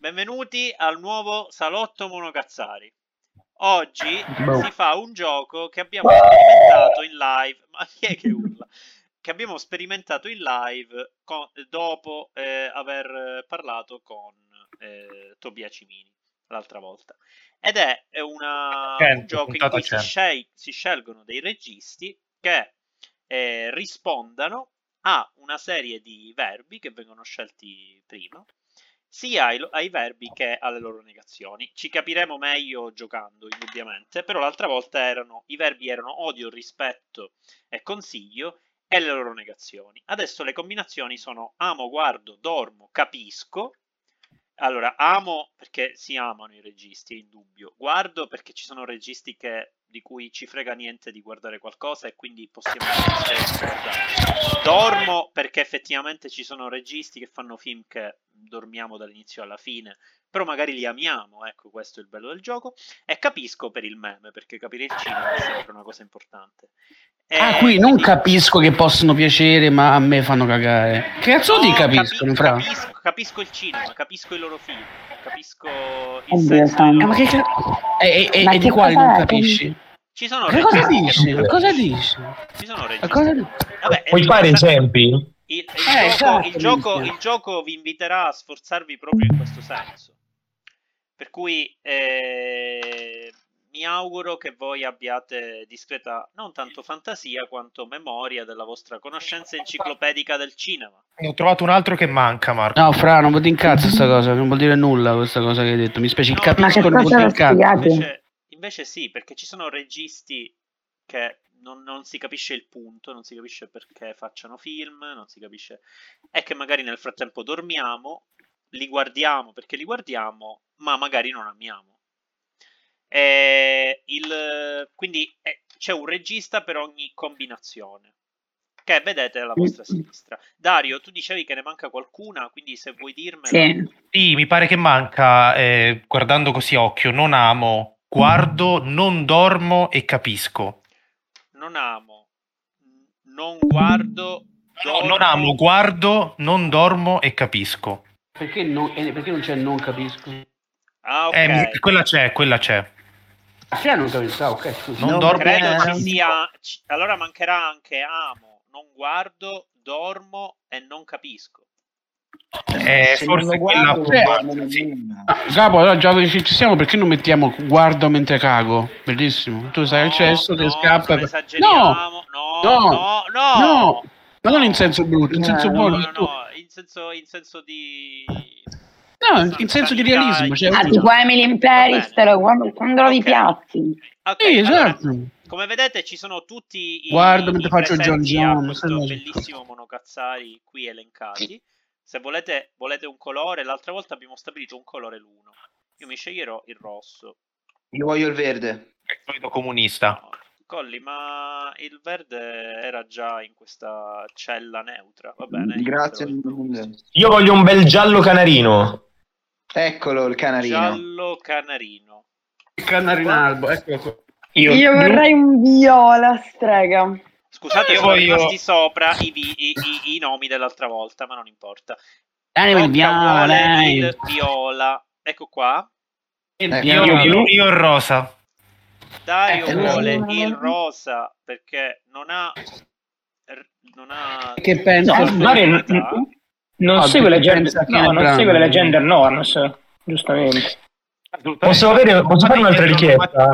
benvenuti al nuovo Salotto Monocazzari. Oggi si fa un gioco che abbiamo sperimentato in live. Ma chi è che urla? Che abbiamo sperimentato in live con- dopo eh, aver eh, parlato con eh, Tobia Cimini l'altra volta. Ed è è una- un Cento, gioco in puntata cui si, cento. scel- si scelgono dei registi che eh, rispondano a una serie di verbi che vengono scelti prima, sia ai, lo- ai verbi che alle loro negazioni. Ci capiremo meglio giocando, indubbiamente, però l'altra volta erano, i verbi erano odio, rispetto e consiglio e le loro negazioni. Adesso le combinazioni sono amo, guardo, dormo, capisco. Allora, amo perché si amano i registi, è indubbio. Guardo perché ci sono registi che- di cui ci frega niente di guardare qualcosa e quindi possiamo anche guardare. Dormo perché effettivamente ci sono registi che fanno film che dormiamo dall'inizio alla fine, però magari li amiamo, ecco, questo è il bello del gioco. E capisco per il meme, perché capire il cinema è sempre una cosa importante. Ah, E qui non Eh, quindi- capisco che possono piacere, ma a me fanno cagare. Che cazzo di No, capiscono, Eh, capi- fra? capisco, capisco il cinema, capisco i loro film, capisco il Oddio, senso dei santo. Ah, loro ma che cazzo? E, e- Ma e che Eh, di quali cos'è? non capisci? Ci sono Ma cosa registi che dici? non Ma cosa capisci. dici? Ci sono Ma registi. cosa Vabbè, dici? eh, Puoi fare pensate- esempi? Il, il Eh, gioco, il, esatto, gioco, minchia. il gioco vi inviterà a sforzarvi proprio in questo senso. Per cui eh, mi auguro che voi abbiate discreta, non tanto fantasia quanto memoria della vostra conoscenza enciclopedica del cinema. Ne ho trovato un altro che manca, Marco. No, fra, non vuol dire in cazzo sta cosa, non vuol dire nulla questa cosa che hai detto. Mi spiace, No, capisco, ma che non vuol cosa dire lo un cazzo. spiegate? Invece, invece sì, perché ci sono registi che non, non si capisce il punto, non si capisce perché facciano film, non si capisce... È che magari nel frattempo dormiamo, li guardiamo perché li guardiamo, ma magari non amiamo. E il- quindi eh, c'è un regista per ogni combinazione, che vedete alla vostra sinistra. Dario, tu dicevi che ne manca qualcuna, quindi se vuoi dirmela... Sì. Sì, mi pare che manca, eh, guardando così a occhio, non amo, guardo, non dormo e capisco. non amo, n- non guardo, No, dormo. non amo, guardo, non dormo e capisco. Perché non, eh, perché non c'è non capisco? Ah, ok. Eh, mi- quella c'è, quella c'è. Fra non capisco, ah, ok, scusa. Non No, dormo. Credo eh, ci sia. ci- Allora mancherà anche amo, non guardo, dormo e non capisco. Eh, forse quella... Capo, allora già ci ci siamo, perché non mettiamo guardo mentre cago? Bellissimo. Tu stai al cesso, no, te scappa. non No, esageriamo, No, no, no, no, no, ma non in senso brutto, in No, senso no, no, buono. no, tu- no, in senso, in senso di... No, in senso di realismo. Cioè, Ah, Ah, tipo Emily in Paris, Va bene. te lo- quando, quando lo Ok. ripiazzi. Ok, sì, allora, esatto. Come vedete ci sono tutti i Guardo mentre i faccio il presenti John John, a questo quello- bellissimo monocazzari qui elencati. Se volete, volete un colore, l'altra volta abbiamo stabilito un colore l'uno. Io mi sceglierò il rosso. Io voglio il verde. solito comunista. No, Colli, ma il verde era già in questa cella neutra, va bene? io Grazie. metterò il blu. Io voglio un bel giallo canarino. Eccolo il canarino. Giallo canarino. Il canario in albo, ecco, eccolo qua. Io, vorrei un viola strega. Eh, Scusate, Io sono voglio- rimasti sopra i, vi- i- i- i nomi dell'altra volta, ma non importa. Dai, Tocca, Eh, il viola, eh, vuole dai. il viola. Ecco qua. Il Ecco, Io, viola. io- io il rosa. Dario Eh, vuole Ecco, no. il rosa perché non ha. r- Non ha. Che penso? No, Sì. Mario non non, non Ah, segue la gender, pensa che no, è non bravo. segue le gender norms, giustamente. Posso, avere, posso fare un'altra richiesta?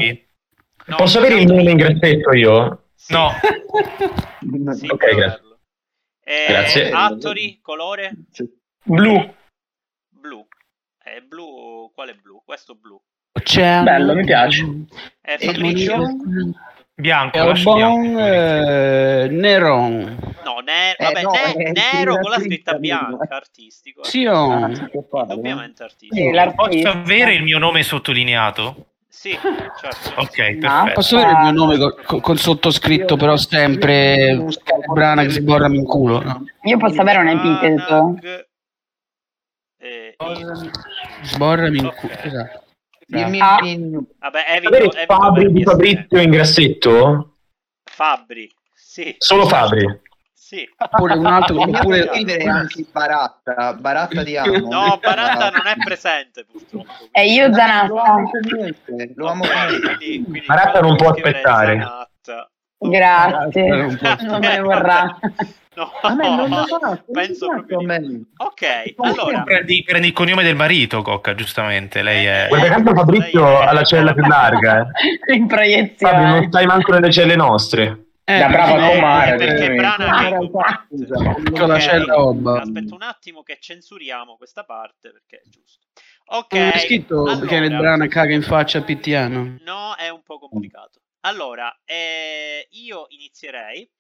No, Posso avere il nome in grassetto io? No, No, Sì, ok, puoi grazie. averlo. Eh, Grazie. Attori, colore Blu, blu. Eh, blu, quale blu? Questo blu. C'è un- Bello, mi piace. Eh, E Fabrizio? bianco. È un lascia buon bianco. eh, Neron. No, ne- Eh, vabbè, no, ne- eh, nero sì, con la scritta l'artista, bianca, no. artistico. Sion. Ovviamente Sì, artistico. Posso l'artista. avere il mio nome sottolineato? Sì, certo. Ok, No, perfetto. Ah, Posso avere il mio nome co- co- con, sottoscritto, però sempre Branax Borram in culo. No. Io posso avere un epiteto. Anag- eh, Sborrami in culo. Ok. Esatto. Dimmi Ah. in- Vabbè, Posso evito, avere evito Fabri di perché- Fabrizio in grassetto? Fabri, sì. Solo Fabri. Sì, Sì. Oppure un altro, Oppure oppure ridere Ah. anche Baratta, Baratta di Amo. No, Baratta non è presente purtroppo. E Eh, io Lo Zanatta. amo comunque, lo amo comunque. Quindi- quindi Baratta non può scriverei aspettare. Zanatta. Ah, Grazie. Non me ne vorrà. No, A me Ah, non lo so, penso proprio di- a me. Ok, Poi allora... Prendi, prendi il cognome del marito, Cocca, giustamente. Lei è... Guarda che altro Fabrizio ha la cella più larga. Eh. In eh. Fabio, non proiezione. sai manco nelle celle nostre. Eh, Da brava perché- comare, perché veramente. Brana Ah, è in ragazzi, combattimento. Ecco con la Ok, cella Obba. Aspetta un attimo che censuriamo questa parte perché è giusto. Ok. Non è scritto allora- perché nel brano caga in faccia a Pittiano. No, è un po' Mm. complicato. Allora, eh, io inizierei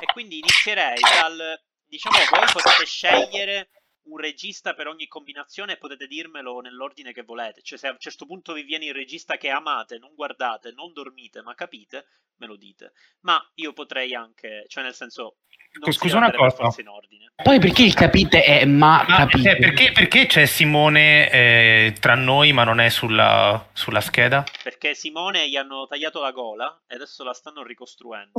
e quindi inizierei dal diciamo voi potete scegliere un regista per ogni combinazione e potete dirmelo nell'ordine che volete. Cioè se a un certo punto vi viene il regista che amate, non guardate, non dormite, ma capite, me lo dite. Ma io potrei anche, cioè nel senso non si Scusa deve una andare per cosa. forza in ordine. Poi perché il capite è ma Ma, capite? eh, perché, perché c'è Simone eh, tra noi ma non è sulla, sulla scheda? Perché Simone gli hanno tagliato la gola e adesso la stanno ricostruendo.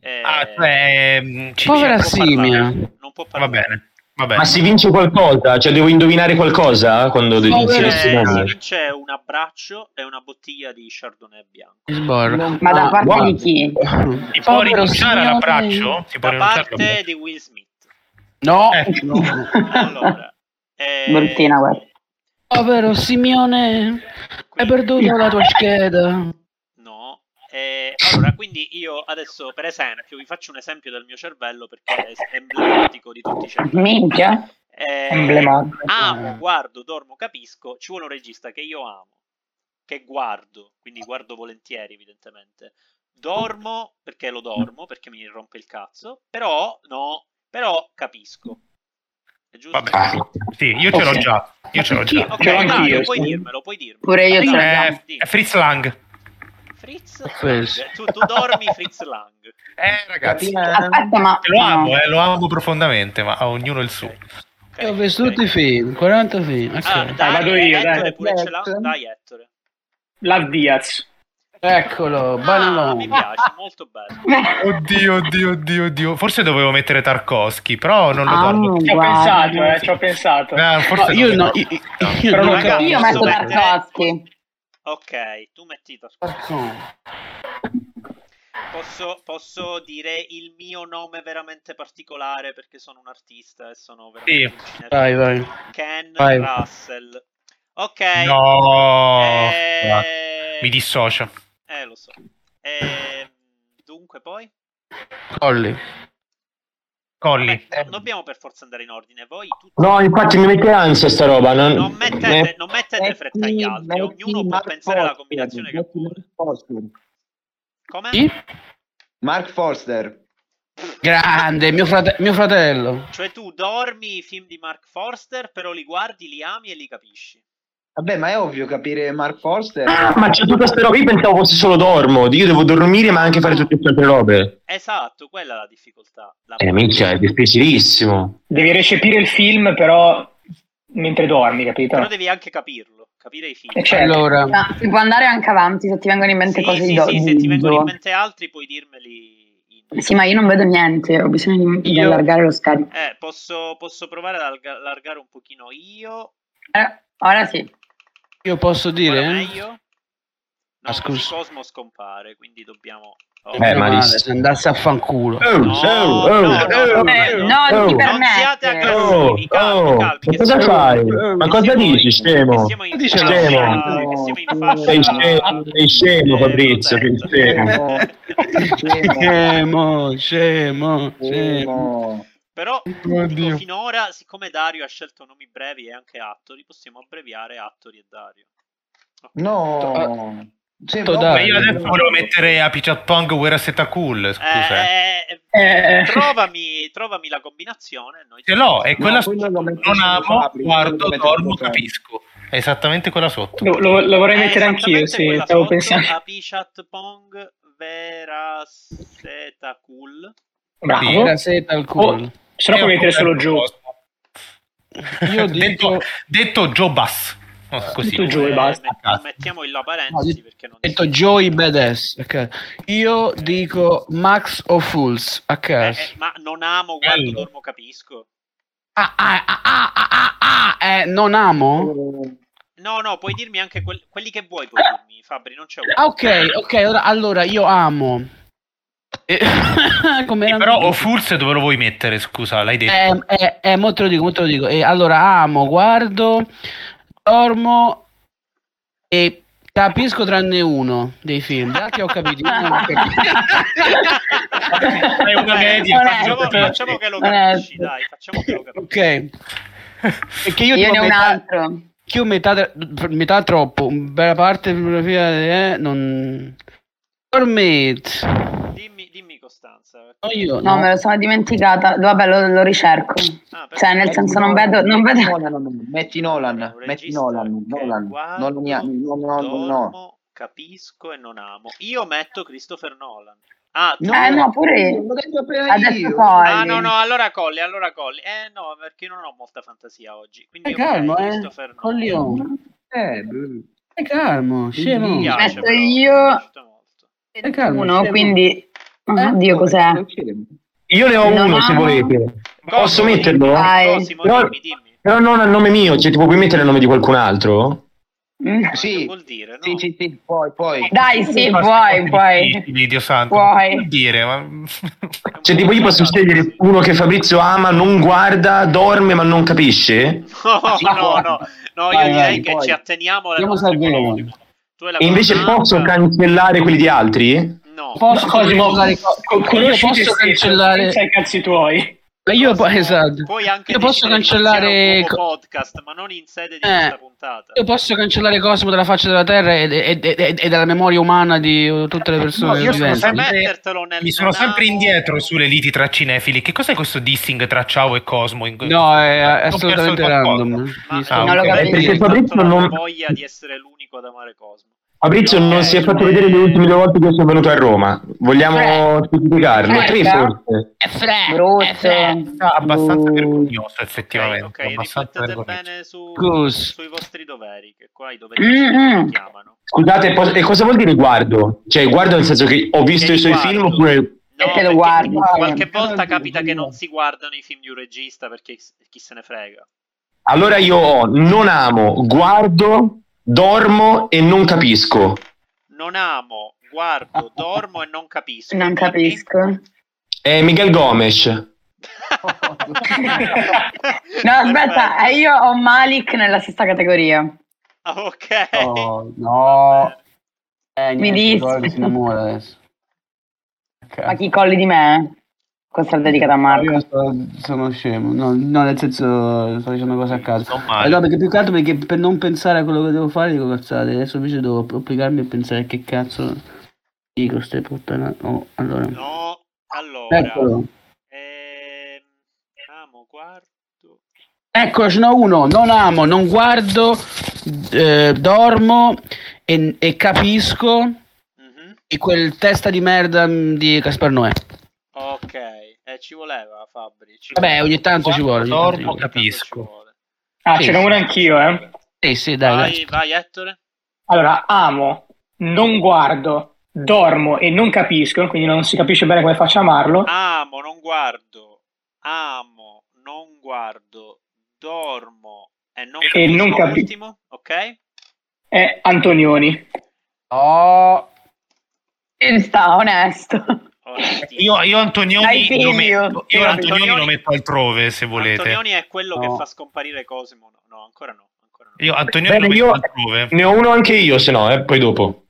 Eh, Ah, cioè, mm, ci- Povera ci- non può simia. parlare, Non può Va parlare. bene, va bene. Ma si vince qualcosa? Cioè, devo indovinare qualcosa quando Sì, devi C'è, iniziare a sì, si studiare? vince un abbraccio e una bottiglia di Chardonnay bianco. Sborra. Ma da parte guarda. di chi? Si può Povero rinunciare signore. all'abbraccio? Si può Da rinunciare parte di Will Smith. No, Eh, no. Allora, eh, Bruttina, guarda. povero Simeone, hai quindi- perduto la tua scheda. No. eh, allora, quindi io adesso, per esempio, vi faccio un esempio del mio cervello perché è emblematico di tutti i cervelli. Minchia. Eh, Emblematico. amo, guardo, dormo, capisco. Ci vuole un regista che io amo, che guardo, quindi guardo volentieri, evidentemente. Dormo perché lo dormo, perché mi rompe il cazzo, però no, però capisco. È giusto? Vabbè, sì, io ce l'ho già. Io ce l'ho già. Ok, Ce l'ho Ah, anch'io, Dario, puoi sì. dirmelo, puoi dirmelo. Pure io ce l'ho già. Eh, Sì. Fritz Lang. Fritz Questo. Lang. Tu, tu dormi Fritz Lang. Eh, ragazzi. Ehm, Aspetta, ma... Lo amo, no. eh, lo amo profondamente, ma a ognuno il suo. Ok, Io ho visto ok. tutti i film, 40 film. ok. Ah, dai, vado io, dai. Ettore pure ce l'ha. Ettore. Dai, Ettore. La Diaz. Eccolo, Ah, bello. mi piace, molto bello. Oddio, oddio, oddio, oddio. Forse dovevo mettere Tarkovsky, però non lo Ah, trovo. Ci ho Guarda. pensato, eh, ci ho pensato. Eh, forse No, io non- no, io, io- io Però non non capisco. capisco. Io ho messo Posso mettere- Tarkovsky. Ok, tu metti Tarkovsky. Ecco. Posso, posso dire il mio nome veramente particolare perché sono un artista e sono veramente un cinefilo. Vai, vai. Ken Vai. Russell. Ok. No, va. Eh, mi dissocio. Eh, lo so. Eh, dunque, poi? Colli. Colli. Vabbè, non dobbiamo per forza andare in ordine. Voi tutti... No, infatti mi mette ansia sta roba. Non, non mettete, eh, non mettete fretta agli altri. Ognuno può pensare alla combinazione che vuole. Come? Chi? Mark Forster. Grande, mio, frate- mio fratello. Cioè tu dormi i film di Mark Forster, però li guardi, li ami e li capisci. Vabbè, ma è ovvio capire Mark Forster. ah, ma c'è tutta sta roba. Io pensavo fosse solo dormo. Io devo dormire, ma anche fare tutte queste altre robe. Esatto, quella è la difficoltà. La Eh, minchia, è difficilissimo. Devi recepire il film, però, mentre dormi, capito? Però devi anche capirlo, capire i film. Eh, certo. Allora, Ma si può andare anche avanti se ti vengono in mente Sì, cose sì, di do- sì, se di ti vengono in gioco. mente altri puoi dirmeli. in- Sì, ma io non vedo niente, ho bisogno di, di Io- allargare lo scarico. Eh, posso, posso provare ad alga- allargare un pochino io. Eh, ora sì. io posso Ora dire? meglio. No, Ah, così scusa. Cosmo scompare, quindi dobbiamo... Oh. Eh, Meno male, malissimo. se andasse a fanculo. Oh, No, no, oh, no, oh, oh, Eh, no, no, oh, non ti Non siate permette. aggressivi, calmi, calmi. oh, ma che cosa siamo- fai? che Ma cosa siamo dici, in- scemo? che siamo in Dici fascia- scemo? che siamo in fascia- Sei scemo, sei scemo, eh, Fabrizio, sei protetta. scemo. Scemo, scemo, scemo. Però dico, Oddio. finora, siccome Dario ha scelto nomi brevi e anche Attori, possiamo abbreviare Attori e Dario. No. Sì, Tutto no, dai. Ma io adesso volevo mettere a Pichat Pong Guerra Seta Cool, scusa. Eh, eh, Eh. Trovami, trovami la combinazione. Noi Eh, Ce l'ho, è quella No, sotto. quello lo metto Non sotto amo, Fabri, quello guardo, lo metto dormo, sotto Fabri. capisco. È esattamente quella sotto. Lo, lo- lo vorrei Eh, mettere anch'io, esattamente sì, quella stavo sotto, pensando. Apishat Pong Verasetakul. Sì. Bravo. Oh, La seta al culo. Se no puoi mettere solo giù. Io dico- detto, detto Joe Bass. No, così. Tu giù e basta. Met- Eh, mettiamo in la parentesi perché non Ho detto Joey Badass. ok. Io dico Max o Fools a Eh, caso. eh, ma non amo, guardo, Bello. dormo, capisco. Ah, ah, ah, ah, ah, ah, ah, eh, non amo? No, no, puoi dirmi anche quel- quelli che vuoi, puoi dirmi, Fabri, non c'è un... Ah, ok, ok, allora, allora io amo. Eh, Come Sì, era- però o Furse dove lo vuoi mettere? Scusa, l'hai detto. Eh, eh, eh, mo te lo dico, mo te lo dico. Eh, allora amo, guardo, dormo e capisco tranne uno dei film. Gli altri ho capito. io non ho capito. È una media, non è- facciamo, sì. facciamo che lo non è- capisci, dai, facciamo che lo capisci. Ok. Perché io, Io tipo ne ho un metà- altro. che io metà, metà troppo, bella parte di bibliografia eh, non... Dormit. No, Dimmi, dimmi Costanza. io No, no. me lo sono dimenticata. Vabbè, lo, lo ricerco. Ah, per- Cioè, nel senso, non vedo. Non Metti vedo... Nolan, metti Nolan, Un metti regista Nolan, che Nolan. guardo, Non, no, no, no, no. dormo, capisco e non amo. Io metto Christopher Nolan. Ah, tu- No, Eh, no, pure- l'ho detto appena Adesso io. poi. Ah, no, no, allora Colli, allora Colli. Eh no, perché io non ho molta fantasia oggi. Quindi Eh, io metterei calmo, eh. Christopher Nolan. Coglione. Eh, beh. Stai calmo, Mi scemo. piace, Aspetta, però, io- mi è piaciuta molto. Stai calmo, Uno, Eh, scemo. Eh? quindi. Oh, Oddio, cos'è? Io ne ho No, uno, se no. volete. Posso Cosimo, metterlo? dimmi, Vai. Cosimo, Però- dimmi, dimmi. Però non a nome mio, cioè tipo puoi mettere il nome di qualcun altro? Mm. Sì. Che vuol dire, no? Sì, sì, sì, poi, poi. Dai, sì, Basta fare puoi, puoi. i Video santo. Puoi. Che vuol dire, ma... Cioè tipo io posso scegliere uno che Fabrizio ama, non guarda, dorme ma non capisce? No, no, no, no, io Vai, direi vai, che poi. ci atteniamo alle Vediamo nostre se è vero. colonne. Tu hai la E invece colonnata? posso cancellare quelli di altri? No, Posso No, Cosimo, cancellare- co- conosci io te posso stesso, cancellare... pensa ai cazzi tuoi. Io, po- Cosimo, esatto. puoi anche Io posso decidere di iniziare cancellare un nuovo co- podcast, ma non in sede di Eh. questa puntata. Io posso cancellare Cosmo dalla faccia della terra e, e- e- e- e dalla memoria umana di eh, tutte le persone No, io sono viventi. Potrei sempre- mettertelo nel Mi sono non sempre amo- indietro sulle liti tra cinefili. Che cos'è questo dissing tra Ciao e Cosmo? In... No, è, Ho perso assolutamente il qualcosa. random. Ma Mi sa- non lo lo capisco. capisco. Perché Fabrizio non ha non- voglia di essere l'unico ad amare Cosmo. Fabrizio No, non si è fatto eh. vedere le ultime due volte che sono venuto a Roma. Vogliamo specificarlo? eh, Tre eh. forse. È fre- è fre- Brutto. abbastanza vergognoso, effettivamente. Ok, ok, abbastanza riflettete vergognoso. bene su- Cus. sui vostri doveri, che qua i Mm, doveri mm. si chiamano. Scusate, po- e cosa vuol dire guardo? Cioè guardo nel senso che ho visto Che i suoi guardo. film oppure... No, E te lo perché guardi. Qualche Eh, volta guardi, capita che guardi. non si guardano i film di un regista perché chi se ne frega. Allora io ho non amo, guardo, dormo e non capisco. Non amo, guardo, dormo e non capisco. Non capisco. No, È Miguel Gomes. aspetta, eh, io ho Malik nella stessa categoria. Ah, Ok. Eh. Oh, no. Eh, Mi niente, dici. Gorgo si innamora adesso. Ok. Ma chi colli di me? Questa è dedicata a Marco. Io so- sono scemo, no, no, nel senso sto dicendo cose a caso. Non male. Allora, perché più che altro perché per non pensare a quello che devo fare dico cazzate, adesso invece devo obbligarmi a pensare a che cazzo dico ste puttana. Oh, allora. No, allora. Eccolo. Ehm, amo, guardo. Eccolo, Ecco, ce n'ho uno, non amo, non guardo, eh, dormo e, e capisco Mhm. e quel testa di merda mm, di Caspar Noè. Ok, eh, ci voleva Fabri. ci Vabbè, ogni tanto ci vuole. ogni tanto ci Dormo, vuole. capisco. Tanto ci vuole. Ah, Sì, ce n'ho sì. uno anch'io, eh. Sì, sì, dai, dai. Vai, vai Ettore. Allora, amo, non guardo, dormo e non capisco, quindi non si capisce bene come faccio a amarlo. Amo, non guardo. Amo, non guardo. Dormo e non E non capi- Ultimo, ok? È Antonioni. Oh, Ci sta, onesto. Onestissimo. Io, io Antonioni Dai, lo figlio. metto, io Io Antonioni lo Antonioni- metto altrove se volete. Antonioni è quello che No. fa scomparire Cosimo. No, no, ancora no. Ancora no. Io Antonioni Bene, lo metto io- altrove. Ne ho uno anche io, se no, eh, poi dopo.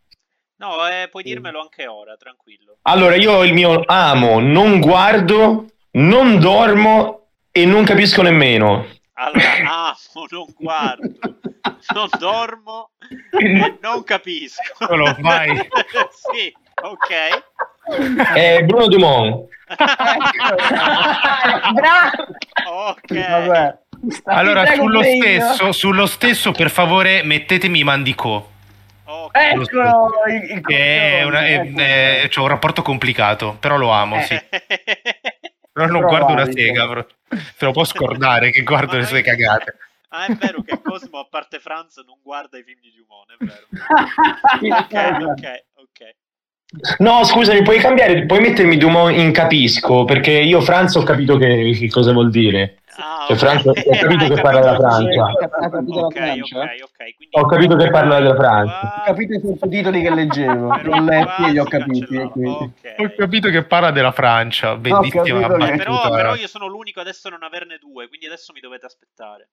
No, eh, Mm. puoi dirmelo anche ora, tranquillo. Allora, io il mio amo, non guardo, non dormo e non capisco nemmeno. Allora, amo, non guardo, non dormo, non capisco. Eccolo, vai. sì, ok. È Bruno Dumont. Bravo. Ok. vabbè. Allora, Ti prego, sullo prego. stesso, sullo stesso, per favore, mettetemi Mandico. ok. Eh, Ecco, Eccolo! il- il Che è coglione, eh, una- è- eh, ecco. è- c'ho un rapporto complicato, però lo amo, sì. Però non Però guardo una valido. sega, però- se lo può scordare che guardo Ma le noi- sue cagate. Ah, è vero che Cosmo, a parte Franz, non guarda i film di Dumone, è vero. Ok, ok, ok. No, scusami, puoi cambiare, puoi mettermi Dumont in capisco, perché io Franza ho capito che, che cosa vuol dire. Ah, Cioè, ok. Franz, ho capito Hai che parla della Francia. Ha capito la Ok, Francia? ok, ok. Quindi Ho capito che parla della Francia. Ho capito i sottotitoli che leggevo, li Però ho letti e li ho quasi capiti. eh, cancellavo. quindi. Ho Ok. capito che parla della Francia, bellissima. capito che- Eh, battuta, però, però ragazzi. io sono l'unico adesso a non averne due, quindi adesso mi dovete aspettare.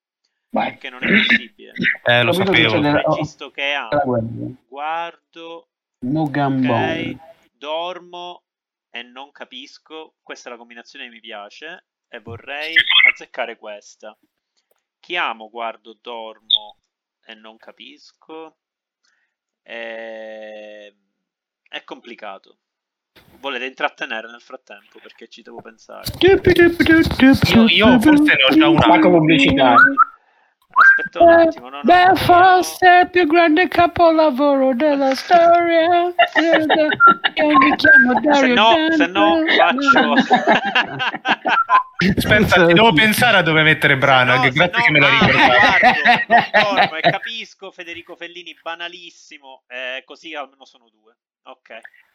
Vai. Perché non è possibile. Eh, lo Ho capito che sapevo. c'è nella- oh, Registro che ha. la guerra. Guardo, Boh. Mugambon. ok, dormo e non capisco. Questa è la combinazione che mi piace e vorrei azzeccare questa. Chiamo, guardo, dormo e non capisco. Eh, È complicato. Volete intrattenere nel frattempo perché ci devo pensare. Io, io forse ne ho già una. Attacco pubblicità. Aspetta un Eh, attimo, no, no, Beh, volevo- forse è il più grande capolavoro della storia. Io mi chiamo se Dario no, se no Dante. faccio. Aspetta, Sì. devo pensare a dove mettere Brana. Se no- eh, che grazie se che me no- l'hai ah, ricordato. guardo, non dormo, e capisco Federico Fellini banalissimo, eh, così almeno sono due. Ok.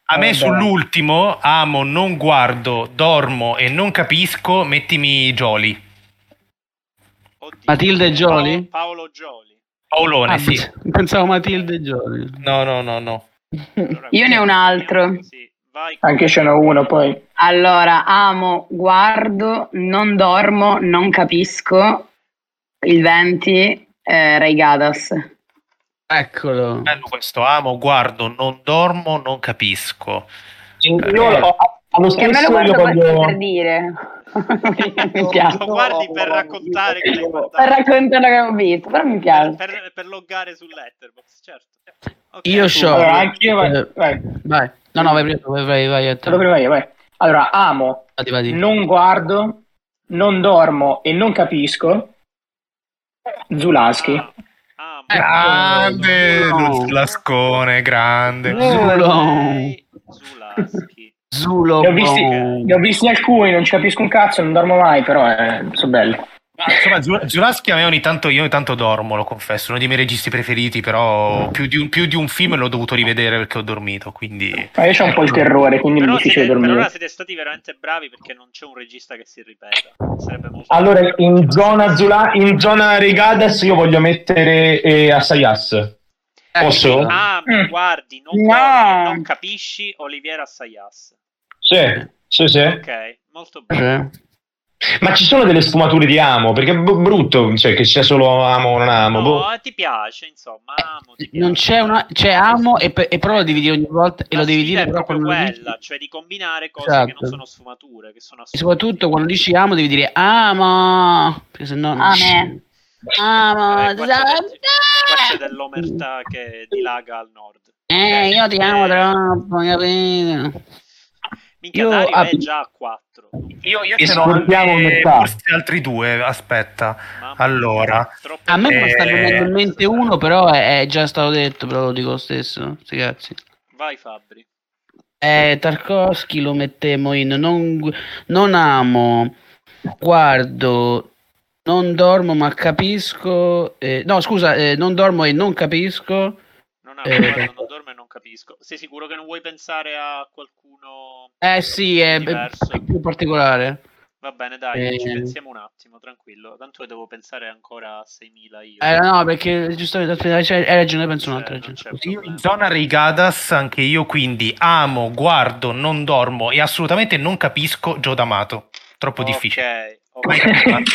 A me Vabbè. sull'ultimo, amo, non guardo, dormo e non capisco, mettimi Jolly. Oddio. Matilde Gioli? Pa- Paolo Gioli. Paolone, Ah, sì. Pensavo Matilde Gioli. No, no, no, no. Allora, Mm. Io ne ho un altro. Sì, vai. Anche ce n'ho uno poi. Eh, Allora, amo, guardo, non dormo, non capisco. Il 20, eh, Ray Gadas. Eccolo. Bello questo, amo, guardo, non dormo, non capisco. Io ho- allo Che me lo stesso io guardo quasi per voglio... dire. mi piace. Lo guardi per raccontare che l'hai guardato. Per raccontare che ho visto, però mi piace. Per, per- per loggare su Letterboxd, certo. Ok. Io ho. Eh, Allora, anche io vai. Eh, vai. Vai. No, no, vai prima, vai, vai, vai, a te. Vado prima io, vai. Allora, amo, Vai, vai. non guardo, non dormo e non capisco. Zulaschi. Ah, ah, ma- Grande, No. Lascone, grande. Zulo. Zulaschi. Zulo. oh. Ne ho, visti, Bon. ne ho visti alcuni, non ci capisco un cazzo, non dormo mai, però eh, sono belli. Ma, Insomma, Jur- Jurassic a me ogni tanto, io ogni tanto dormo, lo confesso, uno dei miei registi preferiti, però più di un, più di un film l'ho dovuto rivedere perché ho dormito, quindi... Ma io c'ho un po' il terrore, quindi è Ecco. Però difficile siete, per ora dormire. siete stati veramente bravi perché non c'è un regista che si ripeta. Sarebbe molto Allora, in zona, Zula, in zona Regadas io voglio mettere eh, Assayas. Posso? Eh, Ah, Mm. guardi, non, No. guardi, non capisci Oliviera Assayas. Sì, sì, sì. Ok, molto Ah. bene. Eh. Ma ci sono delle sfumature di amo, perché è b- brutto, cioè che sia solo amo o non amo. boh. No, eh, ti piace, insomma, amo, ti piace. Non c'è una. C'è amo, e, pe- e però lo dividi ogni volta. E La lo devi sfida dire è però certo, proprio quando lo dici- quella, cioè di combinare cose che Esatto. non sono sfumature, che sono e assolute. soprattutto quando dici amo, devi dire "Ah!" amo. Perché se no. A me. Amo. Vabbè, qua Eh, esatto. c'è- Zante. Qua c'è dell'omertà che dilaga al nord. Eh, Ok, io ti amo eh, troppo, capito? Minchia, Io Dario è ab- già a 4. Io, io E ce n'ho scordiamo anche- metà. forse altri due, aspetta. Allora, A me Eh, mi sta venendo in mente uno, però è, è già stato detto, però lo dico lo stesso. Sti cazzi. Vai Fabri. Eh, Tarkovsky lo mettemmo in non, gu- non amo, guardo, non dormo ma capisco. eh, no, scusa, eh, non dormo e non capisco. Non, ha, Eh. guarda, non dormo e non capisco. Sei sicuro che non vuoi pensare a qualcuno? Eh sì, è, è Diverso. più particolare. Va bene, dai, ci Eh. pensiamo un attimo, tranquillo. Tanto devo pensare ancora a 6000 io. Eh, no, perché giustamente aspetta, c'è- hai ragione, penso un'altra Cioè, non c'è ragione. scusa. io problema. in zona Regadas anche io, quindi amo, guardo, non dormo e assolutamente non capisco Gio D'Amato. Troppo Ok, difficile. ok. Mai capito,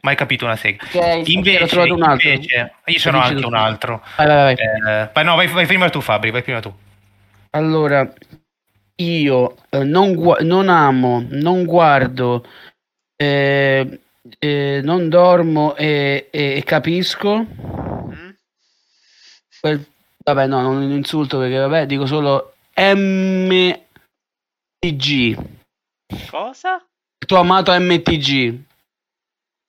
mai capito una sega. Ok, Invece, ho trovato un altro. invece- io ce n'ho Dici anche tu. un altro. Vai, vai, vai. Eh, vai, no, vai, vai prima tu, Fabri, vai prima tu. Allora, io eh, non, gua- non amo, non guardo, eh, eh, non dormo e, e- e capisco. Mm? Quel- Vabbè, no, non insulto perché vabbè, dico solo MTG. Cosa? Il tuo amato MTG.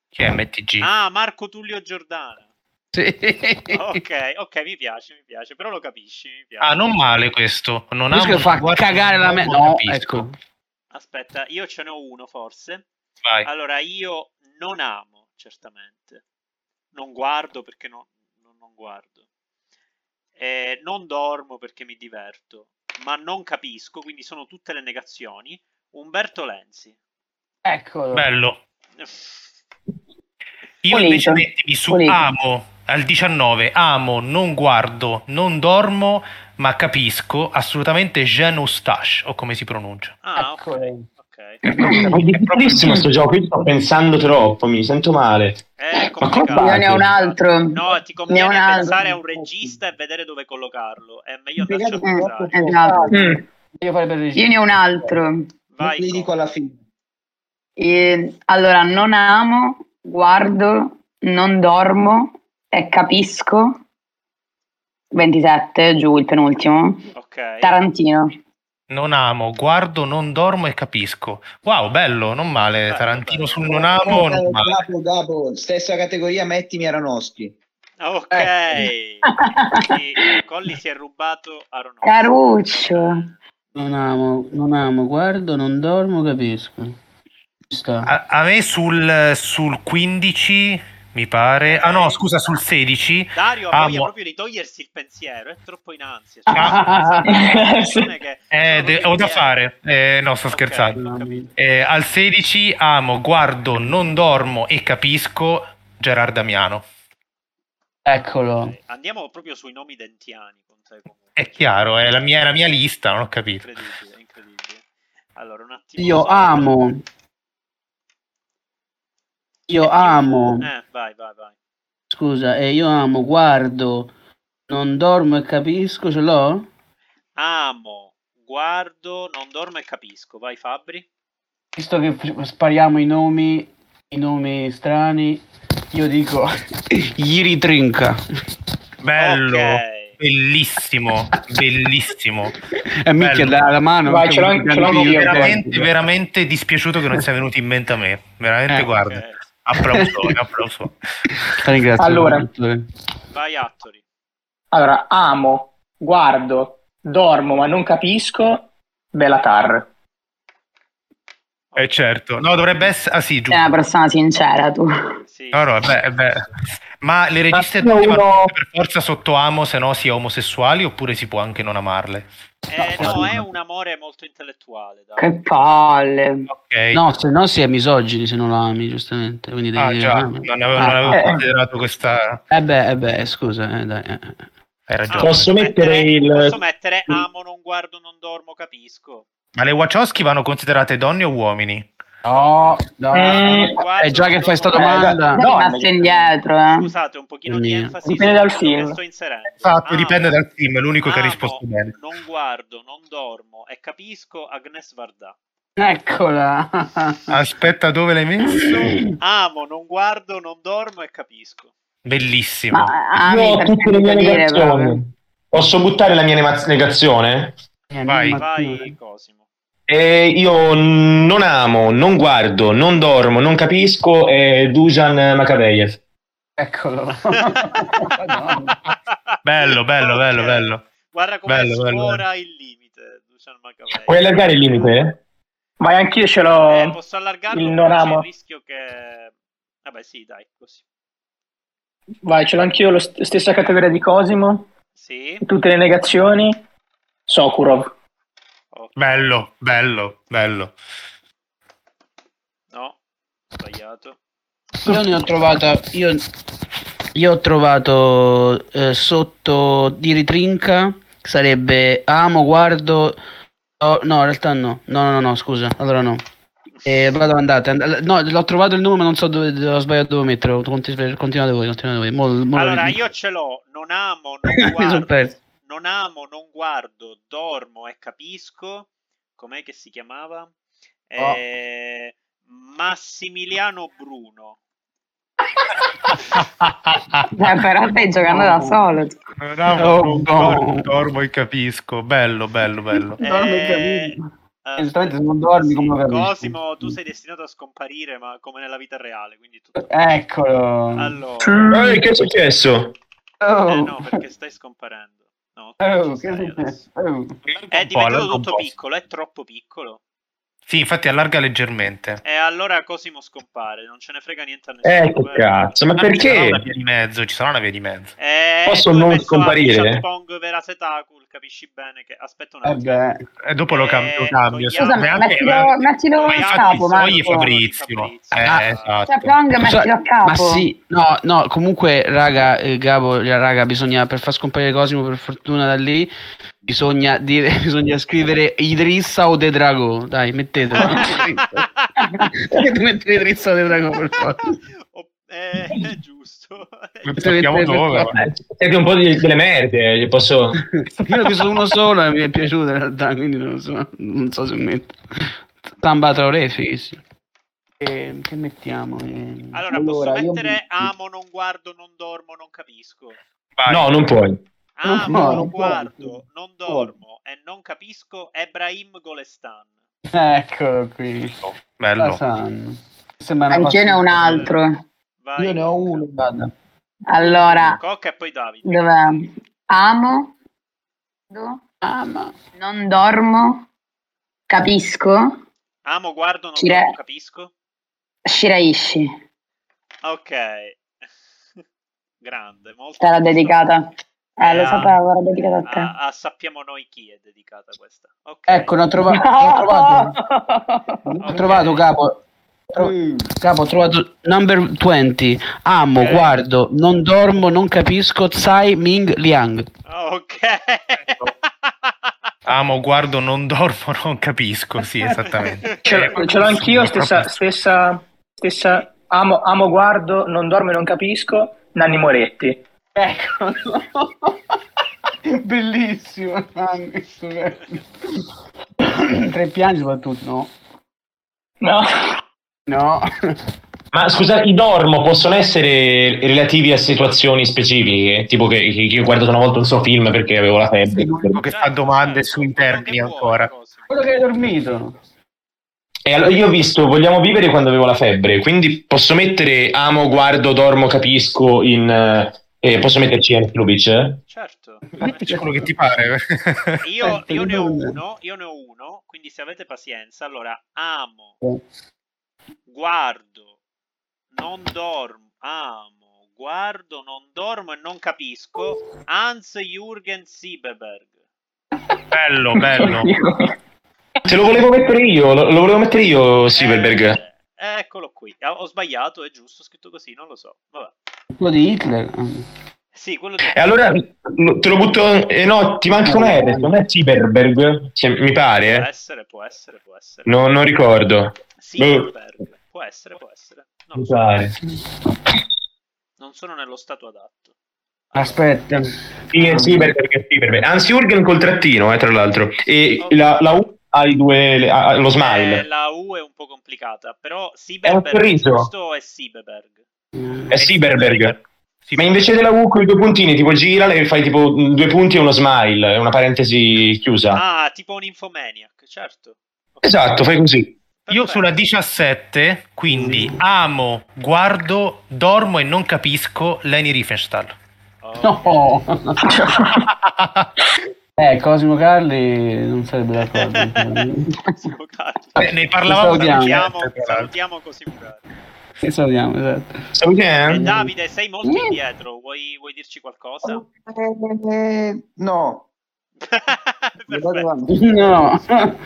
Chi è MTG? Ah, Marco Tullio Giordana. Sì. Ok, ok, mi piace, mi piace, però lo capisci, mi piace. Ah, non male questo. Non Questo amo, che fa non guardo, cagare la non me. dormo, No, capisco. ecco. Aspetta, io ce n'ho uno forse. Vai. Allora, io non amo, certamente. non guardo perché no- no- non guardo, Eh, non dormo perché mi diverto, ma non capisco, quindi sono tutte le negazioni. Umberto Lenzi. Eccolo. Bello. Io Pulito, invece mettimi su pulito. amo al 19, amo, non guardo, non dormo, ma capisco assolutamente Jean Eustache, o come si pronuncia. Ah, ok, Ecco Eccolo. ok. È difficilissimo sto gioco, io sto pensando troppo, mi sento male. Eh, Ma complicato. come Io ne ho un altro. No, ti conviene Ne ho un altro. pensare a un regista e vedere dove collocarlo. È meglio andarci al Eh, contrario. esatto. Mm. Io farei per Io ne ho un altro. Vai. Li Coco. dico alla fine. Eh, allora, non amo, guardo, non dormo e capisco. 27, giù il penultimo. Ok. Tarantino. Non amo, guardo, non dormo e capisco. Wow, bello, non male. Bello, bello. Tarantino sul non amo, non male. Capo, capo, stessa categoria, mettimi Aronofsky. Ok. Quindi Colli si è rubato Aronofsky. Caruccio. Non amo, non amo, guardo, non dormo, capisco. Ci sta. A, a me sul, sul 15, mi pare. Ah no, scusa, sul 16. Dario ha Ah, voglia mo- proprio di togliersi il pensiero, è troppo in ansia. Cioè, sono persone che Ah. Eh, sono de- così ho da fiere. fare. Eh, no, sto Ok, scherzando. ho capito. Eh, al 16 amo, guardo, non dormo e capisco Gerard Damiano. Eccolo. Ok, Eh, Andiamo proprio sui nomi dentiani con te comunque. È chiaro, è la mia, è la mia lista, non ho capito. Incredibile, incredibile. Allora, un attimo. Io amo. Io amo. Eh, vai, vai, vai. Scusa, eh, io amo, guardo, non dormo e capisco, ce l'ho? Amo, guardo, non dormo e capisco. Vai Fabri. Visto che f- spariamo i nomi, i nomi strani, io dico gli ritrinca. Bello, Ok. bellissimo, Oh, bellissimo. E Eh, minchia Bello. dalla mano. Vai, anche ce l'ho- un ce l'ho grandino. anch'io. Veramente, veramente dispiaciuto che non sia venuto in mente a me. Veramente, Eh, guarda. eh, Ok. Applausone, applausone. Ti ringrazio, Allora. dottore. Vai Attori. Allora, amo, guardo, dormo, ma non capisco. Belatar. Eh certo, no, dovrebbe essere... Ah sì, Sei una giusto. persona sincera tu. Sì. No, no, beh, beh. Ma le registe Ma io devono no. per forza sotto amo, se no si è omosessuali oppure si può anche non amarle. Eh, no, è un amore molto intellettuale. dai. Che palle. Ok. No, se no si è misogini se non la ami, giustamente. Quindi devi Ah, dire, già, ah, non avevo, ah, non avevo eh. considerato questa. Eh beh, eh beh, scusa, eh, dai. eh, eh. Ah, Hai ragione. Posso mettere il- Posso mettere amo, non guardo, non dormo, capisco. Ma le Wachowski vanno considerate donne o uomini? No, no. Eh, Eh, già che fai sta Guardo, non dormo. domanda. Sei no, rimasto ma- indietro, eh. Scusate, un pochino di Mia. enfasi. Dipende su dal quello che film. Sto inserendo. Esatto, Amo, dipende dal film, è l'unico che ha amo, risposto bene. Non guardo, non dormo e capisco Agnes Varda. Eccola. Aspetta, dove l'hai messo? Amo, non guardo, non dormo e capisco. Bellissimo. Ma Io ami ho per tutte le mie sentire negazioni. proprio. Posso buttare la mia nema- negazione? Vai. Ma- Vai Cosimo. E io non amo, non guardo, non dormo, non capisco. È Dujan Makaveyev. Eccolo. Madonna. Bello, bello, bello, Ok. bello. Guarda come Bello, bello, sfora il limite. Luciano Macavei. Vuoi allargare il limite? Vai, anch'io ce Eh, l'ho. posso allargarlo? il Il non non C'è amo. il rischio che... Vabbè sì, dai, così. Vai, ce l'ho anch'io. Lo st- stessa categoria di Cosimo. Sì, Tutte le negazioni. Sokurov. ok. Bello, bello, bello. No, sbagliato. Io ne ho trovata. Io, io ho trovato eh, sotto di ritrinca. Sarebbe amo, guardo. oh, no, in realtà no. No, no, no, no, scusa. Allora no. Eh, vado andate. and- no, l'ho trovato il numero, ma non so dove, dove ho sbagliato dove metterlo. Conti- Continuate voi, continuate voi. Mo- mo- Allora, io ce l'ho, non amo, non Mi sono guardo, perso. non amo, non guardo, dormo e capisco. Com'è che si chiamava? Oh. Eh, Massimiliano Bruno. Eh, però stai giocando da solo. Cioè, tu. Non amo, Oh, non no. dormo, dormo e capisco. Bello, bello, bello. Dormi e Eh, capisco. eh, Eh, giustamente se non dormi, come lo capisci? Cosimo, tu sei destinato a scomparire, ma come nella vita reale, quindi tutto. Ecco. Eccolo. Allora, Eh, che è successo? Oh. eh no, perché stai scomparendo. No, Oh, ci che sei adesso. Eh, succede? Oh. È diventato tutto piccolo, è troppo piccolo. Sì, infatti allarga leggermente. E allora Cosimo scompare, non ce ne frega niente a Eh, che nessuno. cazzo, ma Ah, Ci sarà una perché? via di mezzo, ci sarà una via di mezzo. Eh, tu Posso hai non messo scomparire? Richard Pong vera Setacul, capisci bene che... Aspetta un Eh attimo. beh, E dopo lo, cam- lo Eh, cambio. togliamo- scusa, Scusa, Vabbè, ma ci do- ma ci do ma Poi a altri capo, sogli Marco. Fabrizio. Fabrizio. Eh, Ah. esatto. Cioè, Pong, mettilo a capo. Ma sì, no, no, comunque, raga, eh, Gabo, eh, raga, bisogna per far scomparire Cosimo, per fortuna da lì, bisogna dire, bisogna scrivere Idrissa o De Drago. Dai, mettetelo. Dovete mettere Idrissa o De Drago per forza. Oh, eh, è giusto. Sappiamo dove. Perché- Eh, Siete un po' di- delle merde, eh, gli posso... Io ne ho preso uno solo e mi è piaciuto in realtà, quindi non so, non so se metto. Tamba Traoré, fighissimo. Eh, Che mettiamo? Eh, Allora, Allora, posso io- mettere amo, non guardo, non dormo, non capisco. Vai. No, non puoi. Amo, No, non, non puoi. guardo, non dormo e non capisco Ebrahim Golestan. eccolo qui. La Bello. sanno. Sembra una Anch'io ne ho un passata. altro. Vai. Io ne ho uno. Guarda. Allora, Cocca e poi Davide. dov'è? Amo, do- ama. non dormo, capisco, Amo, guardo, non Ci re- dormo, capisco. Shiraishi. Ok. Grande, molto. Te l'ha giusto. dedicata. Eh, lo Ah. sapevo, era dedicata a te. A, a sappiamo noi chi è dedicata questa. Ok. Ecco, ne ho, trova- ne ho trovato. Ho trovato capo. Tro- Mm. Capo, ho trovato number 20. Amo, Ok. guardo, non dormo, non capisco. Tsai Ming Liang. Ok. Ecco. Amo, guardo, non dormo, non capisco. Sì, esattamente. Ce Eh, l'ho, ce l'ho anch'io, sì, stessa, proprio- stessa, stessa amo, amo, guardo, non dormo e non capisco, Nanni Moretti. Ecco. Eccolo. Bellissimo. Nanni, stupendo. Tre piani soprattutto, no? No, No. Ma scusa, i dormo possono essere relativi a situazioni specifiche? Tipo che, che io ho guardato una volta un suo film perché avevo la febbre. l'unico che fa domande Certo. su interni ancora. Quello che hai dormito. E allora io ho visto Vogliamo vivere quando avevo la febbre, quindi posso mettere amo, guardo, dormo, capisco in... eh, eh, posso metterci Anfilovic? eh? Certo. C'è quello che ti pare. Io, Aspetta, io ne ho ritorno. uno, io ne ho uno, quindi se avete pazienza, allora amo, guardo, non dormo, amo, guardo, non dormo e non capisco. Hans Jürgen Sieberberg. bello, bello. Te lo volevo mettere io, lo, lo volevo mettere io, Silverberg. Eh, eccolo qui. Ah, Ho sbagliato, è giusto, ho scritto così, non lo so. Vabbè. Quello di Hitler. Sì, quello di... E allora lo- te lo butto... eh, no, ti manca una R, non è Silverberg, se- mi pare. Può eh. essere, può essere, può essere. No, non ricordo. Sieberberg. Può essere, può essere. Non, lo Mi so. pare. Non sono nello stato adatto. Aspetta. Sì, è Silverberg, è Silverberg. Anzi, Urgen col trattino, eh, tra l'altro. E la, la U ha i due, le- ha- ha lo Eh, smile. la U è un po' complicata, però È un Sieberberg riso. giusto è Sieberberg. È Silverberg. Sì, Ma invece della U con i due puntini, tipo girala e fai tipo mh, due punti e uno smile, è una parentesi chiusa. Ah, tipo un infomaniac, certo. Ok. Esatto, fai così. Io Perfetto. sulla 17, quindi amo, guardo, dormo e non capisco Leni Riefenstahl. Oh, No. Eh, Cosimo Carli non sarebbe d'accordo. Cosimo Carli. Eh, ne parlavamo Lo salutiamo. Salutiamo, Salutiamo, salutiamo Cosimo Carli. Che salutiamo, esatto. Salute, E eh? Davide, sei molto Niente. indietro, vuoi, vuoi dirci qualcosa? Eh, no, vado Perfetto. avanti. No.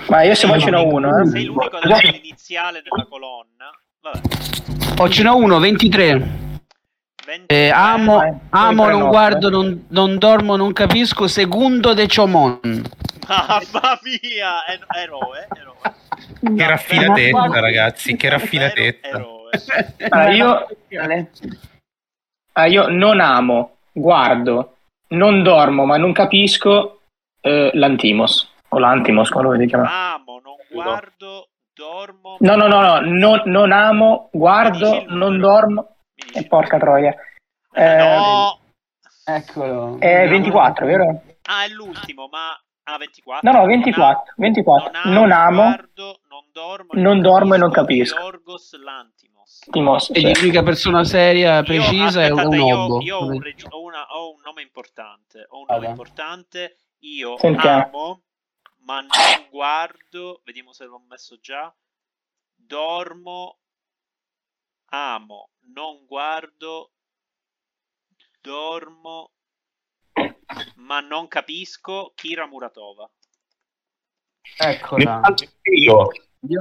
ma io se vuoi ce n'ho uno. eh. Sei l'unico dell'iniziale della colonna. Vabbè, Oh, ce n'ho uno, 23. 20 Eh, amo, Vai, amo, poi non tre guardo, notte. non, non dormo, non capisco. Secondo De Ciomon. Mamma mia, e- eroe, eroe. Che Ma raffinatezza, guarda- ragazzi, che Vero raffinatezza. eroe. Allora, io, ah, io non amo, guardo, non dormo, ma non capisco eh, l'antimos. O l'antimos, come lo vedi chiamare. Amo, non guardo, dormo. No, no, no, no, non, non amo, guardo, Dici il non numero. dormo. Mi dici- E porca troia. Ah, Eh, no! Eccolo. È 24, vero? Ah, è l'ultimo, ma... Ah, 24. No, no, 24, 24. Non amo, guardo, non dormo, non dormo e non capisco. Yorgos Lantimos. Timos. E l'unica persona seria, Io- precisa, è un aspettate, io- obbo. Io, ho, un regi- ho una- ho un nome importante. Ho un nome Vabbè. importante. Io Sentiamo. amo, ma non guardo, vediamo se l'ho messo già, dormo, amo, non guardo, dormo, ma non capisco, Kira Muratova. Eccola. Nel caso Io,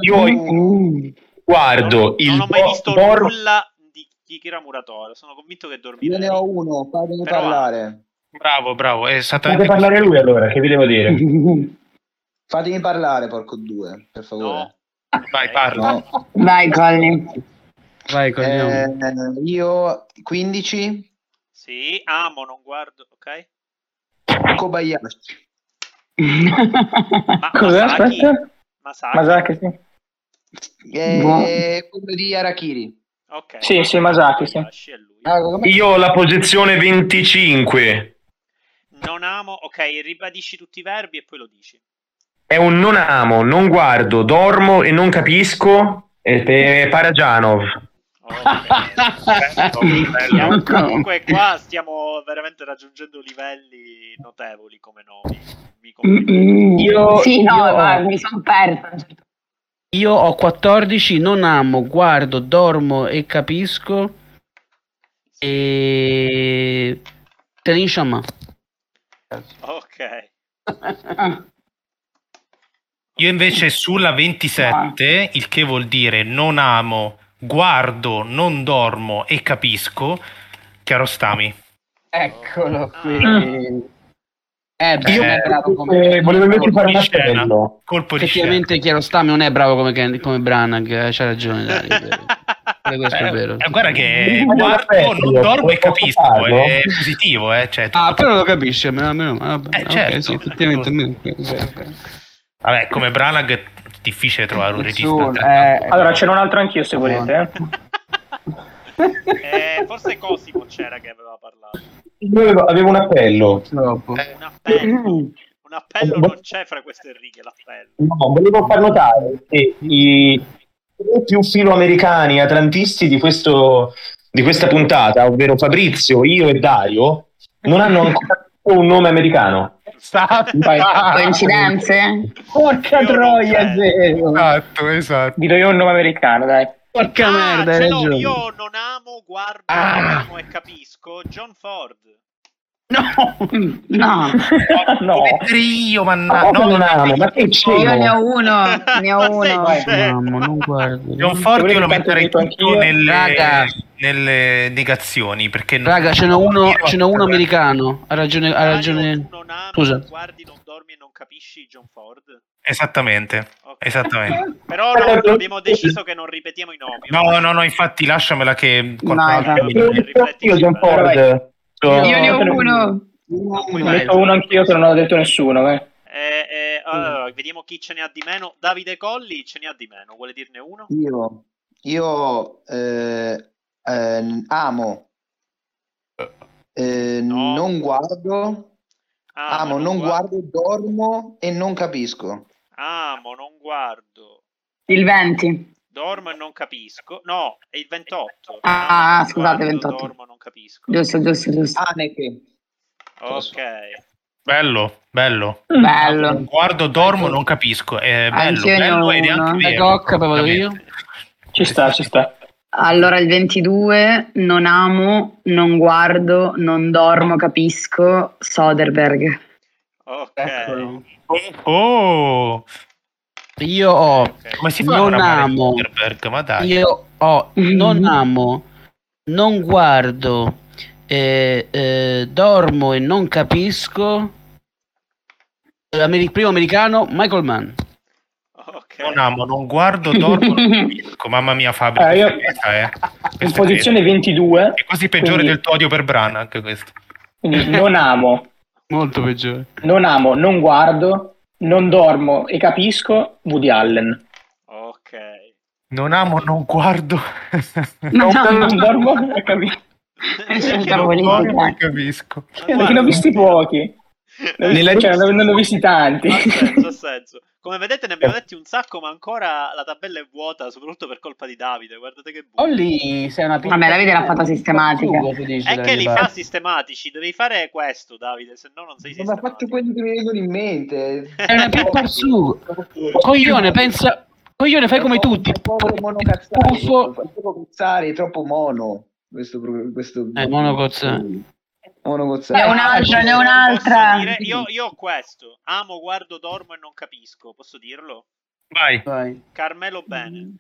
io guardo il Mm. non ho mai do- visto dormo- nulla di, di Kira Muratova, sono convinto che dormirei. Io ne ho uno, fatemi Però- parlare. Bravo, bravo, è Deve esattamente parlare lui allora, che vi devo dire? Fatemi parlare, porco due, per favore. No. Vai, parla. No. Vai, Colli. Vai, cogliamo. Eh, io 15 Sì, amo, non guardo, ok? Kobayashi. Ma, Cos'è? Masaki, Aspetta. Masaki. Masaki, sì. Eh, quello di Arakiri. Ok. Sì, sì, Masaki, sì. Ah, Kobayashi è lui. Io ho la posizione 25. Non amo, ok, ribadisci tutti i verbi e poi lo dici. È un non amo, non guardo, dormo e non capisco. E te- Paragianov. Ok. Siamo- Oh, Ecco. comunque qua stiamo veramente raggiungendo livelli notevoli come nomi. Mi complimento. Io- sì, no, io- ma mi sono persa. Io ho 14, non amo, guardo, dormo e capisco. E... Tenin Shaman. Ok. Io invece sulla 27, il che vuol dire non amo, guardo, non dormo e capisco, Chiarostami. Eccolo Ah. Ah. qui. Eh, beh, Io non è bravo come... eh, volevo invece fare un di scena. appello. Colpo di scena. Effettivamente Chiarostami non è bravo come, Ken- come Branagh, eh, c'ha ragione Dario. Pure questo è vero. Eh, guarda che Io voglio un guardo, appello, non dormo e posso capisco, farlo? è positivo, eh, cioè, Ah, però lo capisci, almeno, almeno, ah, vabbè, Eh, ok, certo. sì, effettivamente, almeno, ok, ok. Vabbè, come Branagh è difficile trovare un regista. Nessuno, altrettanto. eh. Allora, c'è un altro anch'io se No. volete. eh. Eh, forse Cosimo c'era che aveva parlato. Io avevo, avevo un appello. Troppo. Un appello. Un appello non c'è fra queste righe, l'appello. No, volevo far notare che i tre più filoamericani atlantisti di, questo, di questa puntata, ovvero Fabrizio, io e Dario, non hanno ancora un nome americano. Vai. Coincidenze? Porca Io non troia, c'ero. zero. Esatto, esatto. Vi do io un nome americano, dai. Porca Ah, merda, hai ce l'ho, ragione. io non amo, guardo, amo e capisco. John Ford. Mm, No, no. Io, Ma mannaggia. proprio non amo, ma che io c'è? ne ho uno, ne ho Ma sei uno. scemo. Non amo, non guardo. John Ford io lo Volevo metterei tanto detto tutto anch'io. nelle, Raga. nelle negazioni perché non- Raga, ce n'è uno, Io- ce n'è uno americano. Ha ragione, ha ragione. Dario, Ah, tu non ami, Scusa. non guardi, non dormi e non capisci John Ford. Esattamente, Ok. esattamente. Però no, abbiamo deciso che non ripetiamo i nomi. No, no, no, infatti lasciamela che Vai, qualcun Io altro- io John Ford. Io ne ho No, uno. Ne ho detto uno anch'io che non ho detto nessuno. vai. Eh, eh, allora, vediamo chi ce ne ha di meno. Davide Colli ce ne ha di meno. Vuole dirne uno? Io, io eh, eh, amo, eh, No. non guardo, Ah, amo, ma non guar- guardo, dormo e non capisco. Amo, non guardo. Il 20. Dormo e non capisco. No, è il 28. Ah, Amo, non scusate, guardo, 28. Dormo, non capisco. Giusto, giusto, giusto. Aneke. Ok. Bello, bello. Bello. Guardo, dormo, non capisco. È bello, Anch'io ne ho bello ed è anche uno. La vero. cocca, Eh, poi vado io. Esattamente. Ci sta, ci sta. Allora il 22 non amo, non guardo, non dormo, capisco Soderbergh. Ok. Eccolo. Oh, Io ho, ok. come si fa Non a non amare amo. Zuckerberg? Ma dai. io ho, Mhm. non amo, non guardo, eh, eh, dormo e non capisco. Ameri- primo americano, Michael Mann. Ok. Non amo, non guardo, dormo, non capisco. Mamma mia, Fabio, Eh, io- questa è, questa In è- posizione 22, è quasi peggiore quindi- del tuo odio per Branagh anche questo. quindi non amo, Molto peggiore. non amo, non guardo, non dormo e capisco Woody Allen. Ok. Non amo, non guardo. Non, non dormo e capisco. Scelta Eh, non politica. capisco. Ma Perché ne ho visti guarda, pochi. Nella Cioè, ne ne ho visti tanti. Ha senso, ha senso. Come vedete ne Eh. abbiamo detti un sacco, ma ancora la tabella è vuota, soprattutto per colpa di Davide. Guardate che buio. Olli, sei una Vabbè, Davide l'ha fatta sistematica. Sugo, si dice, È da che li Davide fa Barbi. sistematici, devi fare questo, Davide, se no non sei Ma faccio sistematico. quelli che mi vengono in mente. È una pippa al sugo. Coglione, pensa. Coglione, fai come tutti. Troppo Puffo. monocazzare, troppo cazzare, troppo mono. Questo, pro- questo Eh, monocazzare. Monocazzare. Ne ho un'altra, ne ho un'altra. Posso dire? Io, io ho questo. Amo, guardo, dormo e non capisco. Posso dirlo? Vai. Vai. Carmelo bene.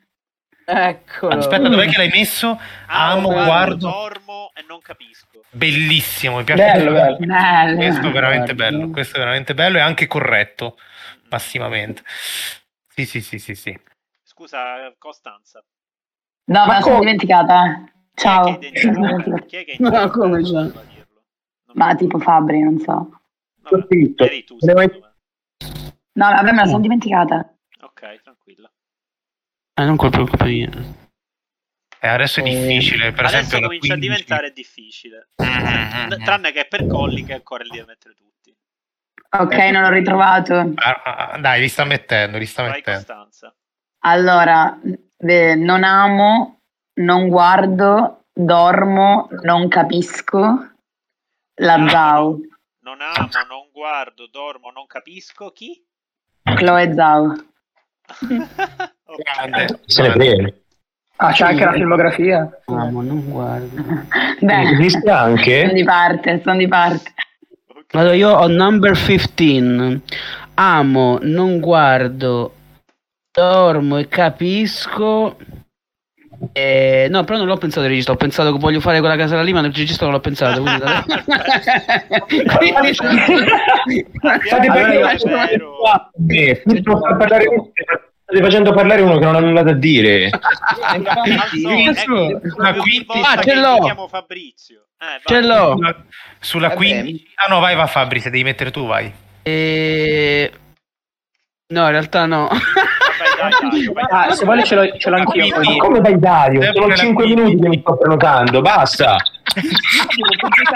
Eccolo. Aspetta, dov'è che l'hai messo? Amo, guardo. dormo e non capisco. Bellissimo, mi piace. Bello, bello. Questo è Bello. veramente Guarda. bello, questo è veramente bello e anche corretto, massimamente. Sì, sì, sì, sì, sì. Scusa, Costanza. No, me la sono dimenticata. eh. Ciao. Chi è che identifica? Chi è che identifica? No, come già? Non so dirlo. Non Ma mi- tipo Fabri, non so. No, no, zitto. eri tu, secondo Devo- me. No, vabbè, me la sono dimenticata. Ok, tranquilla. Eh, non colpo colpa mia. E adesso è difficile, per Adesso esempio... la comincia a 15. diventare difficile. Mm, mm, mm. Tranne che per Colli che ancora li deve mettere tutti. Ok, Eh. non l'ho ritrovato. Ah, ah, ah, dai, li sta mettendo, li sta Vai mettendo. Costanza. Allora, eh, non amo, non guardo, dormo, non capisco. La Zau, Non amo, non guardo, dormo, non capisco chi. Chloe Zau. Ok. Grande. Se ne frega. Ah, c'è anche la filmografia. Amo, non guardo. Beh, Esiste sono anche di parte, sono di parte. Ok. Vado io ho number 15. Amo, non guardo, dormo e capisco. Eh, no, però non l'ho pensato al regista. Ho pensato che voglio fare quella casella lì, ma il regista non l'ho pensato. Quindi... Allora, è vero. Quindi- State parlando- Eh, sto facendo parlare uno- state facendo parlare uno che non ha nulla da dire. Al solito, ecco, Ma proprio ogni quindi- volta Ah, che ce l'ho. invitiamo Fabrizio. Eh, vai. Ce l'ho. Sulla- Sulla Vabbè. 15... Ah no, vai, va Fabri, se devi mettere tu, vai. Eh, No, in realtà no. Vabbè, dai, dai, vai. Ah, se vuole ce l'ho, ce l'ho anch'io. Capito. Ma come dai Dario? Sempre Sono la 5 quinta. minuti che mi sto prenotando, basta.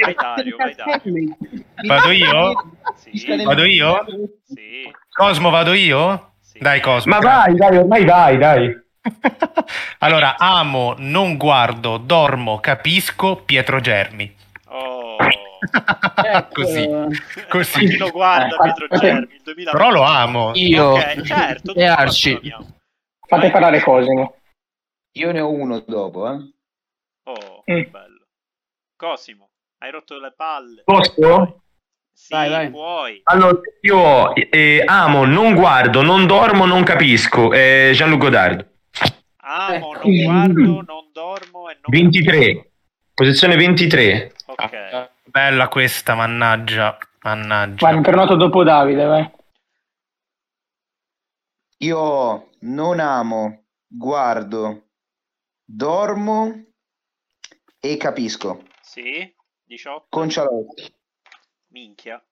Vai Dario, vai Dario. Vado io? Sì, Vado io? sì, Cosmo, vado io? sì. Dai, Cosmo. Ma vai, dai, ormai vai, dai. allora, amo, non guardo, dormo, capisco Pietro Germi. Oh. Ecco. Ecco, Così. Ma Così. Chi lo guarda Pietro Germi? Il 2000... Però lo amo. Eh, Io Ok, certo, tutti e quanti Arci. lo amiamo. Fate parlare Cosimo. Io ne ho uno dopo, eh. Oh, Mm. bello. Cosimo, hai rotto le palle. Posso? Sì, Vai, vai. puoi. Allora, io eh, amo, non guardo, non dormo, non capisco. Eh, Jean-Luc Godard, Amo, non Eh. guardo, non dormo e non... 23, posizione 23. Ok. Bella questa, mannaggia. Mannaggia. Vai, mi prenoto dopo Davide, vai. Io non amo, guardo, dormo e capisco. Sì, 18. Con Cialotti. Minchia.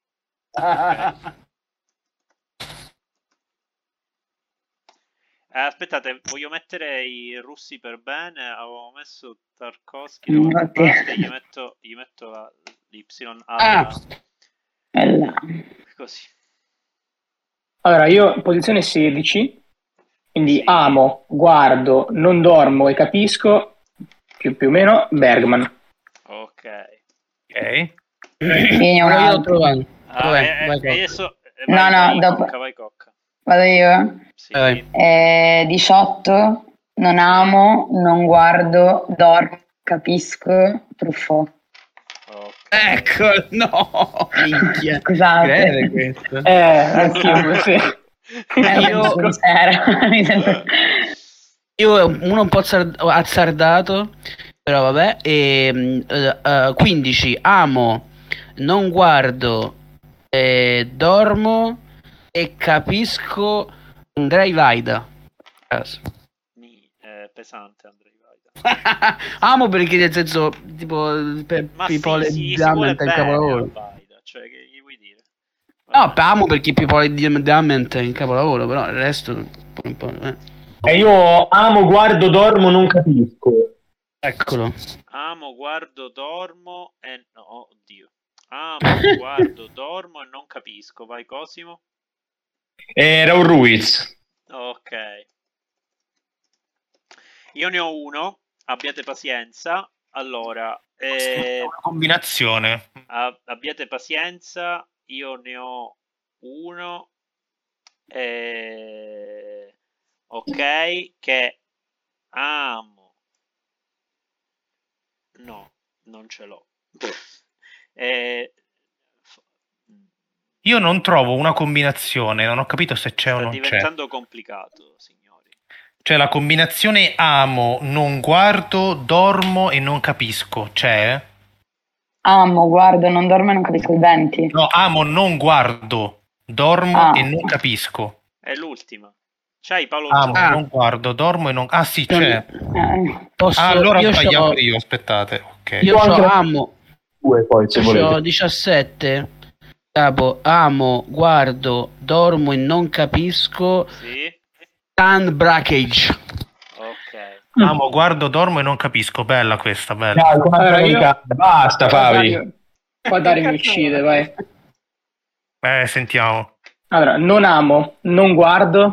Eh, aspettate, voglio mettere i russi per bene. Avevo messo Tarkovsky da qualche Infatti. parte, Gli metto, gli metto la- l'Y alla- Ah. Bella. così. Allora, io posizione 16, quindi Sì. amo, guardo, non dormo e capisco, più, più o meno, Bergman. Ok. Ok. Sì, ne ho Allora, io l'ho un'altra. trovato. Ah, Vabbè, eh, eh, vai, Cocca. adesso eh, No, vai, no, vai, dopo. Cocca, vai Cocca. Vado io. Sì. Vai. Eh, 18, non amo, non guardo, dormo, capisco, truffo. Ok. Ecco, no. Minchia. Scusate. Greve questo. Eh, anch'io, sì. Eh, Io- non c'era. Mi Eh, sento- Io uno un po' azzar- azzardato, però vabbè. E, mm, eh, eh, 15. Amo, non guardo, eh, dormo e capisco Andrei Vaida. Caso. Mi- eh, pesante Andrei Vaida. Amo perché nel senso, tipo, per Ma Pipole sì, sì, si vuole Diamond è il bene a capolavoro. Vaida, cioè che gli vuoi dire? No, amo perché Pipole Diamond è il capolavoro, però il resto... un po', eh. E io amo, guardo, dormo, non capisco. Eccolo. Amo, guardo, dormo e no, oddio. Ah, ma guardo, dormo e non capisco. Vai, Cosimo. Era un Eh, Ruiz. Ok. Io ne ho uno. Abbiate pazienza. Allora, eh, Una combinazione. a- abbiate pazienza. Io ne ho uno. eh, ok, che amo. No, non ce l'ho. Eh, f- Io non trovo una combinazione, non ho capito se c'è o sta non c'è. diventando complicato, signori. C'è la combinazione amo, non guardo, dormo e non capisco. C'è? Amo, guardo, non dormo e non capisco il 20. No, amo, non guardo, dormo Ah. e non capisco. È l'ultima. C'hai Paolo Amo, Giorgio? non guardo, dormo e non... Ah sì, c'è. Eh, Posso, Ah, allora io ho sbagliato c'ho- io, aspettate. Ok. Io Io c'ho anche- amo, Due poi, se c'ho volete. 17, capo, amo, guardo, dormo e non capisco, Sì. tan brackage. Ok. Amo, guardo, dormo e non capisco. Bella questa, bella. Dai, comando Allora, io- americano. Basta, Fabi. Dario- qua Dario mi uccide, vai. Eh, sentiamo. Allora, non amo, non guardo,